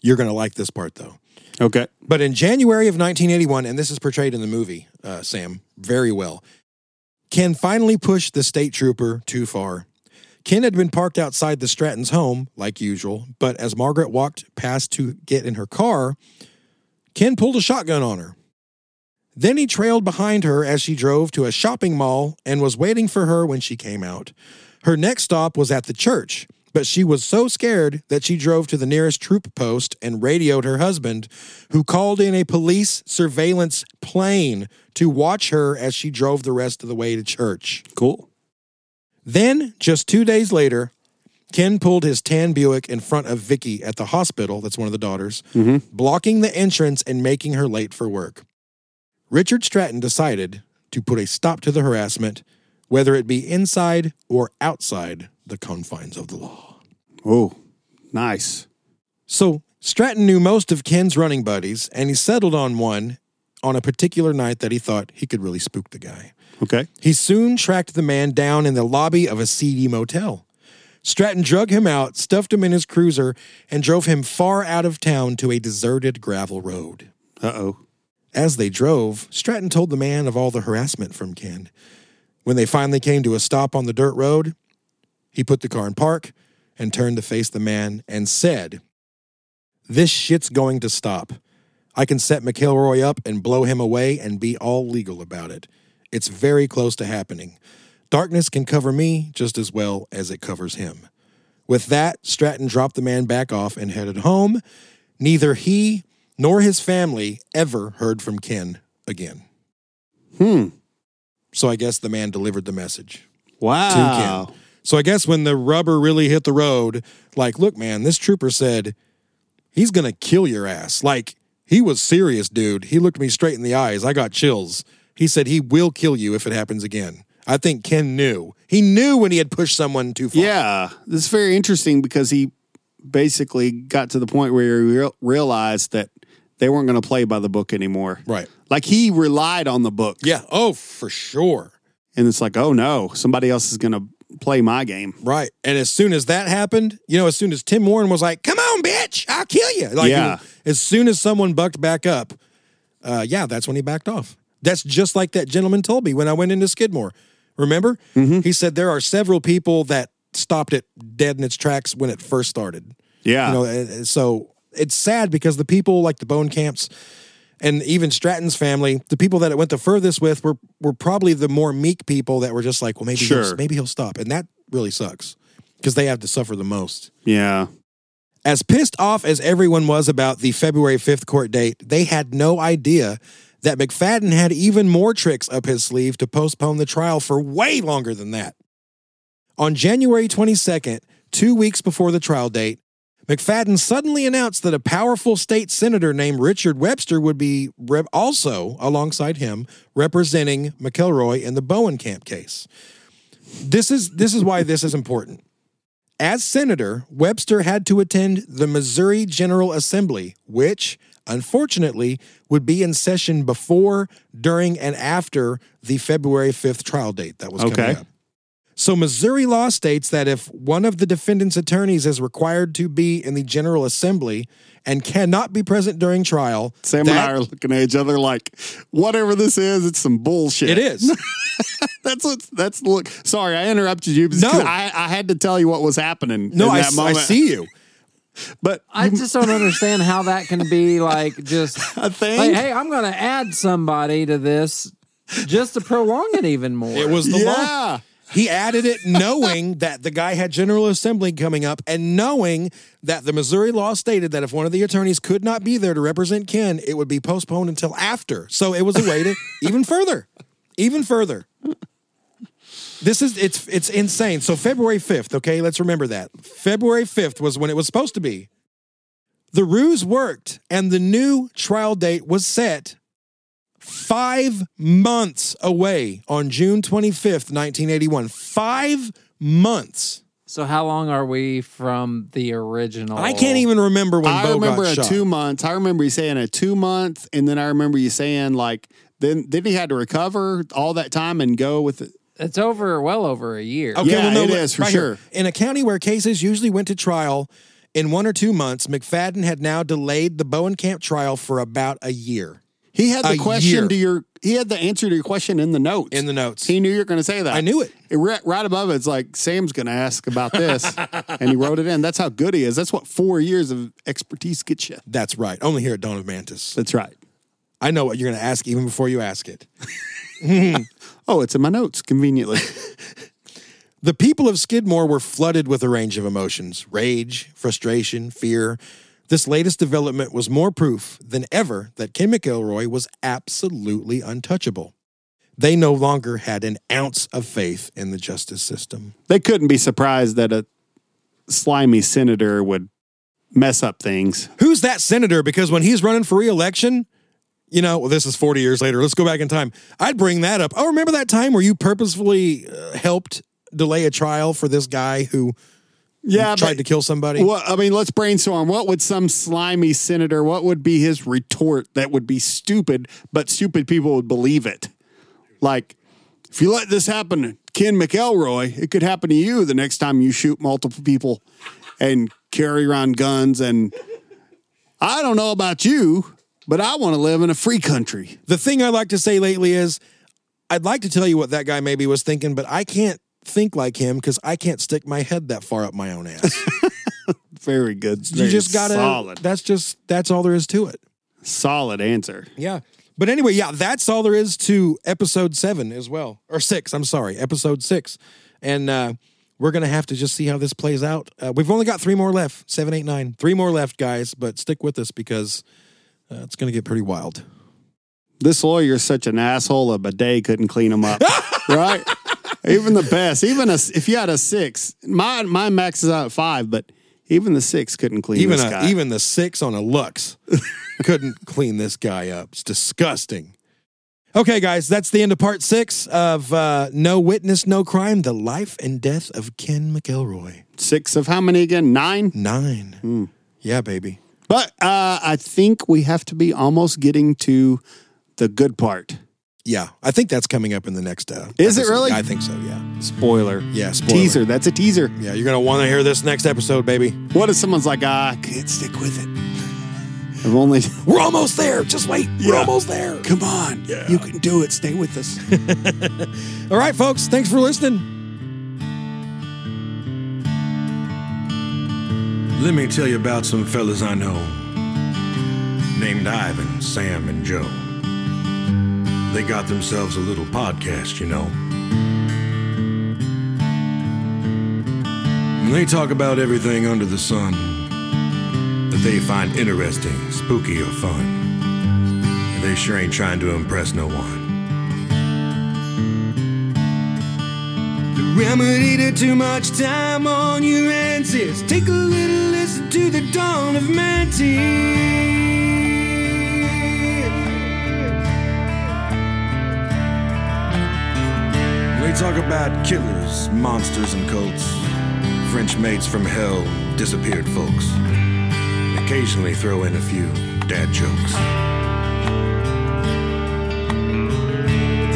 [SPEAKER 3] You're going to like this part, though.
[SPEAKER 4] Okay.
[SPEAKER 3] But in January of 1981, and this is portrayed in the movie, uh, Sam, very well, Ken finally pushed the state trooper too far. Ken had been parked outside the Stratton's home, like usual, but as Margaret walked past to get in her car, Ken pulled a shotgun on her. Then he trailed behind her as she drove to a shopping mall and was waiting for her when she came out. Her next stop was at the church, but she was so scared that she drove to the nearest troop post and radioed her husband, who called in a police surveillance plane to watch her as she drove the rest of the way to church.
[SPEAKER 4] Cool.
[SPEAKER 3] Then, just two days later, Ken pulled his tan Buick in front of Vicky at the hospital, that's one of the daughters, blocking the entrance and making her late for work. Richard Stratton decided to put a stop to the harassment, whether it be inside or outside the confines of the law.
[SPEAKER 4] Oh, nice.
[SPEAKER 3] So Stratton knew most of Ken's running buddies, and he settled on one on a particular night that he thought he could really spook the guy.
[SPEAKER 4] Okay.
[SPEAKER 3] He soon tracked the man down in the lobby of a seedy motel. Stratton drug him out, stuffed him in his cruiser, and drove him far out of town to a deserted gravel road.
[SPEAKER 4] Uh oh.
[SPEAKER 3] As they drove, Stratton told the man of all the harassment from Ken. When they finally came to a stop on the dirt road, he put the car in park and turned to face the man and said, This shit's going to stop. I can set McElroy up and blow him away and be all legal about it. It's very close to happening. Darkness can cover me just as well as it covers him. With that, Stratton dropped the man back off and headed home. Neither he nor his family ever heard from Ken again.
[SPEAKER 4] Hmm.
[SPEAKER 3] So I guess the man delivered the message to
[SPEAKER 4] Wow.
[SPEAKER 3] Ken. So I guess when the rubber really hit the road, like, look, man, this trooper said, he's going to kill your ass. Like, he was serious, dude. He looked me straight in the eyes. I got chills. He said, he will kill you if it happens again. I think Ken knew. He knew when he had pushed someone too far.
[SPEAKER 4] Yeah, this is very interesting because he basically got to the point where he real realized that they weren't going to play by the book anymore.
[SPEAKER 3] Right.
[SPEAKER 4] Like he relied on the book.
[SPEAKER 3] Yeah. Oh, for sure.
[SPEAKER 4] And it's like, oh no, somebody else is going to play my game.
[SPEAKER 3] Right. And as soon as that happened, you know, as soon as Tim Warren was like, come on, bitch, I'll kill you. Like,
[SPEAKER 4] Yeah.
[SPEAKER 3] as soon as someone bucked back up, uh, yeah, that's when he backed off. That's just like that gentleman told me when I went into Skidmore. Remember? He said there are several people that stopped it dead in its tracks when it first started.
[SPEAKER 4] Yeah.
[SPEAKER 3] You know, and- and so it's sad because the people like the Bone Camps and even Stratton's family, the people that it went the furthest with were were probably the more meek people that were just like, well, maybe
[SPEAKER 4] Sure.
[SPEAKER 3] he'll, maybe he'll stop, and that really sucks because they have to suffer the most.
[SPEAKER 4] yeah.
[SPEAKER 3] As pissed off as everyone was about the February 5th court date, they had no idea that McFadden had even more tricks up his sleeve to postpone the trial for way longer than that. On January 22nd, two weeks before the trial date, McFadden suddenly announced that a powerful state senator named Richard Webster would be rep- also, alongside him, representing McElroy in the Bowen Camp case. This is, this is why this is important. As senator, Webster had to attend the Missouri General Assembly, which, unfortunately, would be in session before, during, and after the February 5th trial date that was
[SPEAKER 4] Okay.
[SPEAKER 3] coming up. So, Missouri law states that if one of the defendant's attorneys is required to be in the General Assembly and cannot be present during trial,
[SPEAKER 4] Sam and
[SPEAKER 3] that-
[SPEAKER 4] I are looking at each other like, whatever this is, it's some bullshit.
[SPEAKER 3] it is.
[SPEAKER 4] That's what. That's look. Sorry, I interrupted you. because
[SPEAKER 3] No.
[SPEAKER 4] I, I had to tell you what was happening.
[SPEAKER 3] No,
[SPEAKER 4] in
[SPEAKER 3] I,
[SPEAKER 4] that
[SPEAKER 3] s- I
[SPEAKER 4] moment.
[SPEAKER 3] see you.
[SPEAKER 4] But
[SPEAKER 5] I just don't understand how that can be like just
[SPEAKER 4] a thing.
[SPEAKER 5] like, hey, I'm going to add somebody to this just to prolong it even more.
[SPEAKER 3] It was the law.
[SPEAKER 4] yeah.
[SPEAKER 3] He added it knowing that the guy had General Assembly coming up and knowing that the Missouri law stated that if one of the attorneys could not be there to represent Ken, it would be postponed until after. So it was a way to even further, even further. This is it's it's insane. So February 5th, okay, let's remember that. February 5th was when it was supposed to be. The ruse worked and the new trial date was set five months away on June 25th, 1981. Five months.
[SPEAKER 5] So how long are we from the original?
[SPEAKER 3] I can't even remember when
[SPEAKER 4] Oh. I
[SPEAKER 3] Bo
[SPEAKER 4] remember
[SPEAKER 3] got
[SPEAKER 4] a
[SPEAKER 3] shot.
[SPEAKER 4] two months. I remember you saying a two month, and then I remember you saying like then then he had to recover all that time and go with it.
[SPEAKER 5] It's over, well over a year.
[SPEAKER 3] Okay,
[SPEAKER 4] Yeah,
[SPEAKER 3] well, no,
[SPEAKER 4] it
[SPEAKER 3] look,
[SPEAKER 4] is, for
[SPEAKER 3] right here.
[SPEAKER 4] sure.
[SPEAKER 3] In a county where cases usually went to trial in one or two months, McFadden had now delayed the Bowen Camp trial for about a year
[SPEAKER 4] He had the
[SPEAKER 3] A
[SPEAKER 4] question
[SPEAKER 3] year.
[SPEAKER 4] to your. He had the answer to your question in the notes.
[SPEAKER 3] in the notes.
[SPEAKER 4] he knew you were going to say that.
[SPEAKER 3] I knew it.
[SPEAKER 4] It re- right above it, it's like Sam's going to ask about this, and he wrote it in. That's how good he is. That's what four years of expertise gets you.
[SPEAKER 3] That's right. Only here at Dawn of Mantis.
[SPEAKER 4] That's right.
[SPEAKER 3] I know what you're going to ask even before you ask it.
[SPEAKER 4] Oh, it's in my notes conveniently.
[SPEAKER 3] The people of Skidmore were flooded with a range of emotions rage, frustration, fear. This latest development was more proof than ever that Ken McElroy was absolutely untouchable. They no longer had an ounce of faith in the justice system.
[SPEAKER 4] they couldn't be surprised that a slimy senator would mess up things.
[SPEAKER 3] Who's that senator? Because when he's running for reelection, you know, well, this is 40 years later. Let's go back in time. I'd bring that up. Oh, remember that time where you purposefully uh, helped
[SPEAKER 6] delay a trial for this guy who
[SPEAKER 4] Yeah,
[SPEAKER 6] tried
[SPEAKER 4] Uh, but-
[SPEAKER 6] to kill somebody?
[SPEAKER 4] Well, I mean, let's brainstorm. What would some slimy senator? What would be his retort that would be stupid, but stupid people would believe it? Like, if you let this happen to Ken McElroy, it could happen to you the next time you shoot multiple people and carry around guns. And I don't know about you, but I want to live in a free country.
[SPEAKER 6] The thing I like to say lately is I'd like to tell you what that guy maybe was thinking, but I can't think like him because I can't stick my head that far up my own ass.
[SPEAKER 4] Very good.
[SPEAKER 6] you just gotta
[SPEAKER 4] solid,
[SPEAKER 6] that's just that's all there is to it.
[SPEAKER 4] solid answer.
[SPEAKER 6] Yeah. But anyway, yeah, that's all there is to episode seven as well. Or six, I'm sorry, episode six. And uh we're gonna have to just see how this plays out. Uh, we've only got three more left. Seven, eight, nine. Three more left, guys, but stick with us because uh, it's gonna get pretty wild.
[SPEAKER 4] this lawyer's such an asshole a bidet couldn't clean him up right even the best even a, if you had a six my my max is out at five but even the six couldn't clean
[SPEAKER 6] Even
[SPEAKER 4] this
[SPEAKER 6] a,
[SPEAKER 4] guy
[SPEAKER 6] even the six on a Lux couldn't clean this guy up. It's disgusting. Okay, guys, that's the end of part six of uh, No Witness, No Crime: The Life and Death of Ken McElroy.
[SPEAKER 4] six of how many again nine
[SPEAKER 6] Nine.
[SPEAKER 4] Hmm.
[SPEAKER 6] Yeah, baby.
[SPEAKER 4] but uh, i think we have to be almost getting to the good part
[SPEAKER 6] Yeah, I think that's coming up in the next. Uh,
[SPEAKER 4] Is it
[SPEAKER 6] episode.
[SPEAKER 4] really?
[SPEAKER 6] I think so. Yeah.
[SPEAKER 4] spoiler
[SPEAKER 6] Yeah. Spoiler.
[SPEAKER 4] teaser that's a teaser
[SPEAKER 6] Yeah, you're gonna want to hear this next episode, baby.
[SPEAKER 4] what if someone's like ah, i can't stick with it i've only
[SPEAKER 6] We're almost there. Just wait. We're almost there.
[SPEAKER 4] come on yeah. you can do it stay with us
[SPEAKER 6] All right, folks. Thanks for listening.
[SPEAKER 3] Let me tell you about some fellas I know named Ivan, Sam, and Joe. They got themselves a little podcast, you know. And they talk about everything under the sun that they find interesting, spooky, or fun. And they sure ain't trying to impress no one. The remedy to too much time on your hands is take a little listen to the dawn of Manti. They talk about killers, monsters, and cults, French maids from hell, disappeared folks. Occasionally throw in a few dad jokes.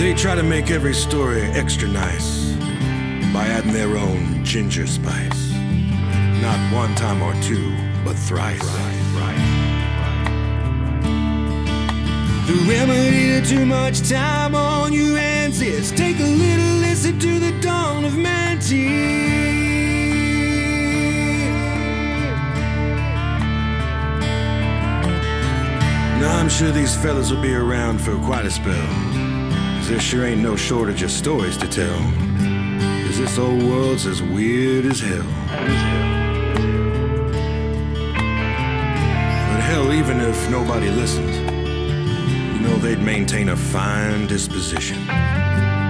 [SPEAKER 3] They try to make every story extra nice by adding their own ginger spice. Not one time or two, but thrice. The remedy to too much time on your hands is take a little listen to the dawn of Manti. Now I'm sure these fellas will be around for quite a spell. 'cause there sure ain't no shortage of stories to tell. Cause this old world's as weird as hell. But hell, even if nobody listened, you know they'd maintain a fine disposition.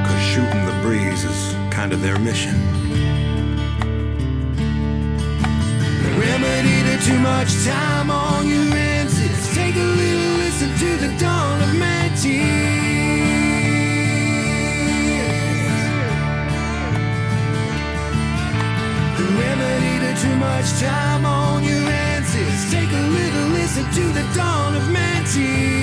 [SPEAKER 3] Cause shooting the breeze is kind of their mission. The remedy to too much time on your hands is take a little listen to the dawn of magic. The remedy to too much time on your hands is take a little listen to the dawn of Manti.